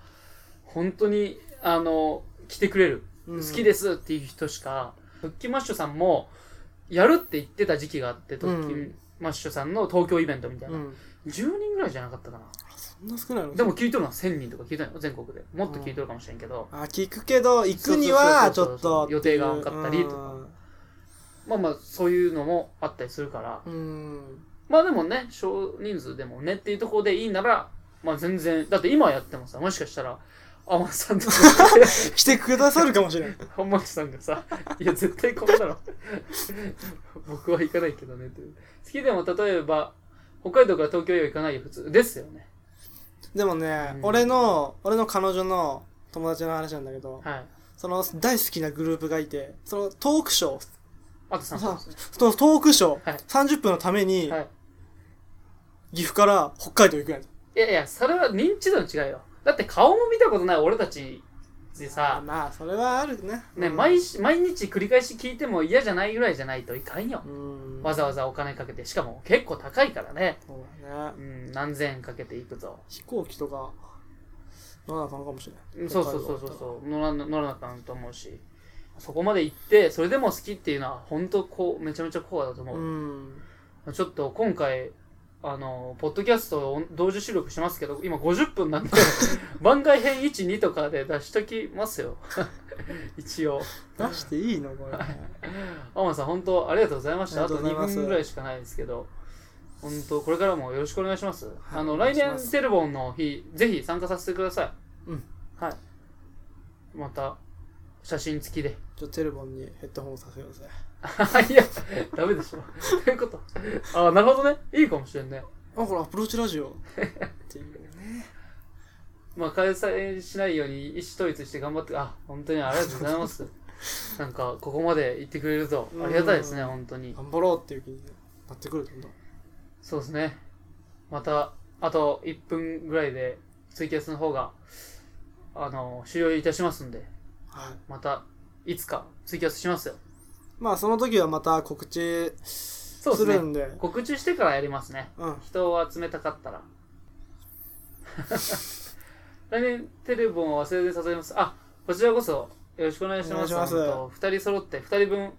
Speaker 2: 本当に、あの、来てくれる、
Speaker 1: うん
Speaker 2: 好きですっていう人しか、復帰マッシュさんも、やるって言ってた時期があって、復
Speaker 1: う
Speaker 2: 帰
Speaker 1: ん
Speaker 2: マッシュさんの東京イベントみたいな。
Speaker 1: うん。
Speaker 2: 10人ぐらいじゃなかったかな。
Speaker 1: そんな少ないの
Speaker 2: でも聞いとるのは1000人とか聞いたのよ、全国で。もっと聞いとるかもしれんけど、
Speaker 1: あ、聞くけど、行くには、ち
Speaker 2: そう
Speaker 1: ょ
Speaker 2: そう
Speaker 1: っ
Speaker 2: そうそう
Speaker 1: と。
Speaker 2: 予定が多かったりとかまあまあ、そういうのもあったりするから、
Speaker 1: うん。うん。
Speaker 2: まあでもね、少人数でもねっていうところでいいなら、まあ全然、だって今やってもさ、もしかしたら、アマさんとか、
Speaker 1: 来てくださるかもしれん。
Speaker 2: 本町さんがさ、 いや絶対こんなの、 僕は行かないけどねって。好きでも例えば、北海道から東京へは行かないよ、普通。ですよね。
Speaker 1: でもね、
Speaker 2: うん
Speaker 1: 俺の、俺の彼女の友達の話なんだけど、
Speaker 2: はい。
Speaker 1: その大好きなグループがいて、そのトークショー、
Speaker 2: あと3分ですね
Speaker 1: そのトークショー、
Speaker 2: はい
Speaker 1: 30分のために、
Speaker 2: はい。
Speaker 1: 岐阜から北海道行くやん。
Speaker 2: いやいや、それは認知度の違いよ。だって顔も見たことない俺たちでさ、
Speaker 1: まあ、それはあるね。
Speaker 2: ね、
Speaker 1: うん
Speaker 2: 毎し毎日繰り返し聞いても嫌じゃないぐらいじゃないといかんよ
Speaker 1: う。ん。
Speaker 2: わざわざお金かけて、しかも結構高いからね。
Speaker 1: そうだ
Speaker 2: う
Speaker 1: ね。
Speaker 2: ん、何千円かけていくぞ。
Speaker 1: 飛行機とか、まだなかなかもしれない。
Speaker 2: そうそうそうそうそう。乗らな乗らなあかんと思うし。そこまで行って、それでも好きっていうのは、本当こう、めちゃめちゃコアだと思う。
Speaker 1: ん。
Speaker 2: ちょっと今回、あの、ポッドキャストを同時収録しますけど、今50 分なんで、番外編1、2とかで出しときますよ。 一応。
Speaker 1: 出していいのこれ。
Speaker 2: 天野さん、本当ありがとうございました。
Speaker 1: あ
Speaker 2: あ
Speaker 1: りが
Speaker 2: と
Speaker 1: とうござい
Speaker 2: 2
Speaker 1: ます
Speaker 2: 分ぐらいしかないですけど、本当これからもよろしくお願いします。
Speaker 1: はい
Speaker 2: あの、
Speaker 1: お願
Speaker 2: 来
Speaker 1: いし
Speaker 2: 年
Speaker 1: ます
Speaker 2: テレボンの日、ぜひ参加させてください。
Speaker 1: うん。
Speaker 2: はい。また、写真付きで。
Speaker 1: ちょっとテレフォンにヘッドホンさせようぜ。
Speaker 2: いや、ダメでしょ。 ということ。ああ、なるほどね。いいかもしれんね。
Speaker 1: あほらアプローチラ ジオっていうね
Speaker 2: まあ、開催しないように意思統一して頑張って、あ、本当にありがとうござ います。なんか、ここまで言ってくれるとありがたいですね、
Speaker 1: うん
Speaker 2: 本当に。
Speaker 1: 頑張ろうっていう気になってくると思う
Speaker 2: そうですね。また、あと1分ぐらいで、ツイキャスの方が、あの、終了いたしますんで、
Speaker 1: はい
Speaker 2: また、いつかツイキャスしますよ。
Speaker 1: まあその時はまた告知す
Speaker 2: そうです
Speaker 1: る
Speaker 2: ね。
Speaker 1: んで
Speaker 2: 告知してからやりますね。
Speaker 1: うん
Speaker 2: 人を集めたかったら。 来年テレボンを忘れずに誘います。あ、こちらこそよろしくお願いします。
Speaker 1: お願いします
Speaker 2: 本当二人揃って、二人分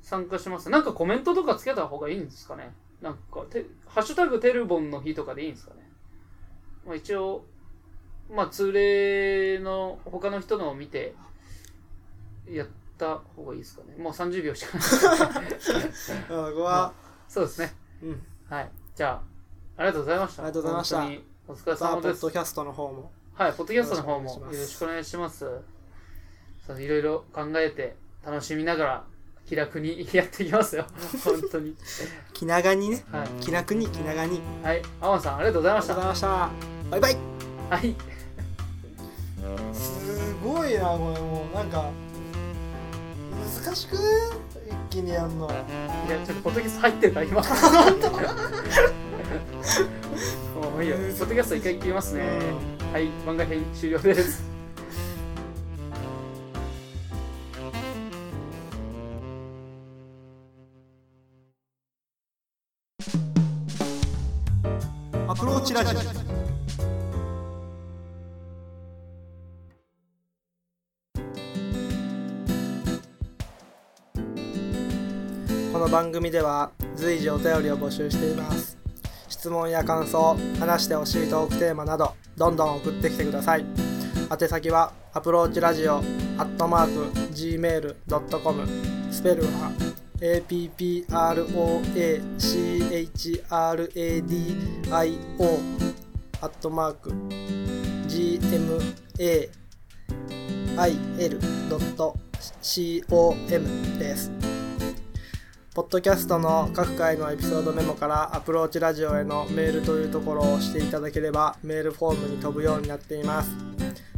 Speaker 2: 参加します。なんかコメントとかつけた方がいいんですかねなんか、てハッシュタグテルボンの日とかでいいんですかねまあ一応、まあ通例の他の人のを見て、やった方がいいですかねもう30秒しかない。
Speaker 1: うんここは
Speaker 2: そうですね。
Speaker 1: うん
Speaker 2: はい。じゃあ、ありがとうございました。
Speaker 1: ありがとうございました
Speaker 2: 本当にお疲れ
Speaker 1: ザ・
Speaker 2: 様
Speaker 1: ポ
Speaker 2: で
Speaker 1: ッ
Speaker 2: す。
Speaker 1: ドキャストの方も
Speaker 2: はい、ポッドキャストの方も
Speaker 1: よろ
Speaker 2: よろし
Speaker 1: し
Speaker 2: くお願いします。そういろいろ考えて、楽しみながら、気楽にやっていきま すよ。本当に。
Speaker 1: 気長にね
Speaker 2: はい。
Speaker 1: 気楽に気長に
Speaker 2: はい。アマンさん、ありがとうござい
Speaker 1: あ
Speaker 2: ま
Speaker 1: り
Speaker 2: し
Speaker 1: がとうござ
Speaker 2: た。
Speaker 1: いましたバイバイ
Speaker 2: はい。
Speaker 1: すごいなこれもうなんか難しくね一気にやんの
Speaker 2: いや、ちょっとポッドキャスト入ってるか ら、今。もういいよ。ポッドキャスト一回切りますね。はい。漫画編終了です。
Speaker 1: アプローチラジオこの番組では随時お便りを募集しています質問や感想話してほしいトークテーマなどどんどん送ってきてください宛先はアプローチラジオアットマーク Gmail.com スペルは approachradio アットマーク gmail.com です。ポッドキャストの各回のエピソードメモからアプローチラジオへのメールというところを押していただければメールフォームに飛ぶようになっています。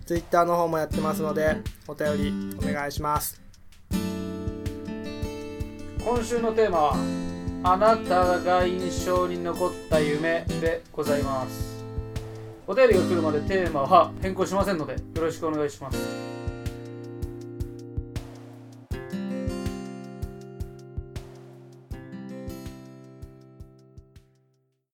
Speaker 1: Twitter の方もやってますのでお便りお願いします。
Speaker 2: 今週のテーマは「あなたが印象に残った夢」でございますお便りが来るまでテーマは変更しませんのでよろしくお願いします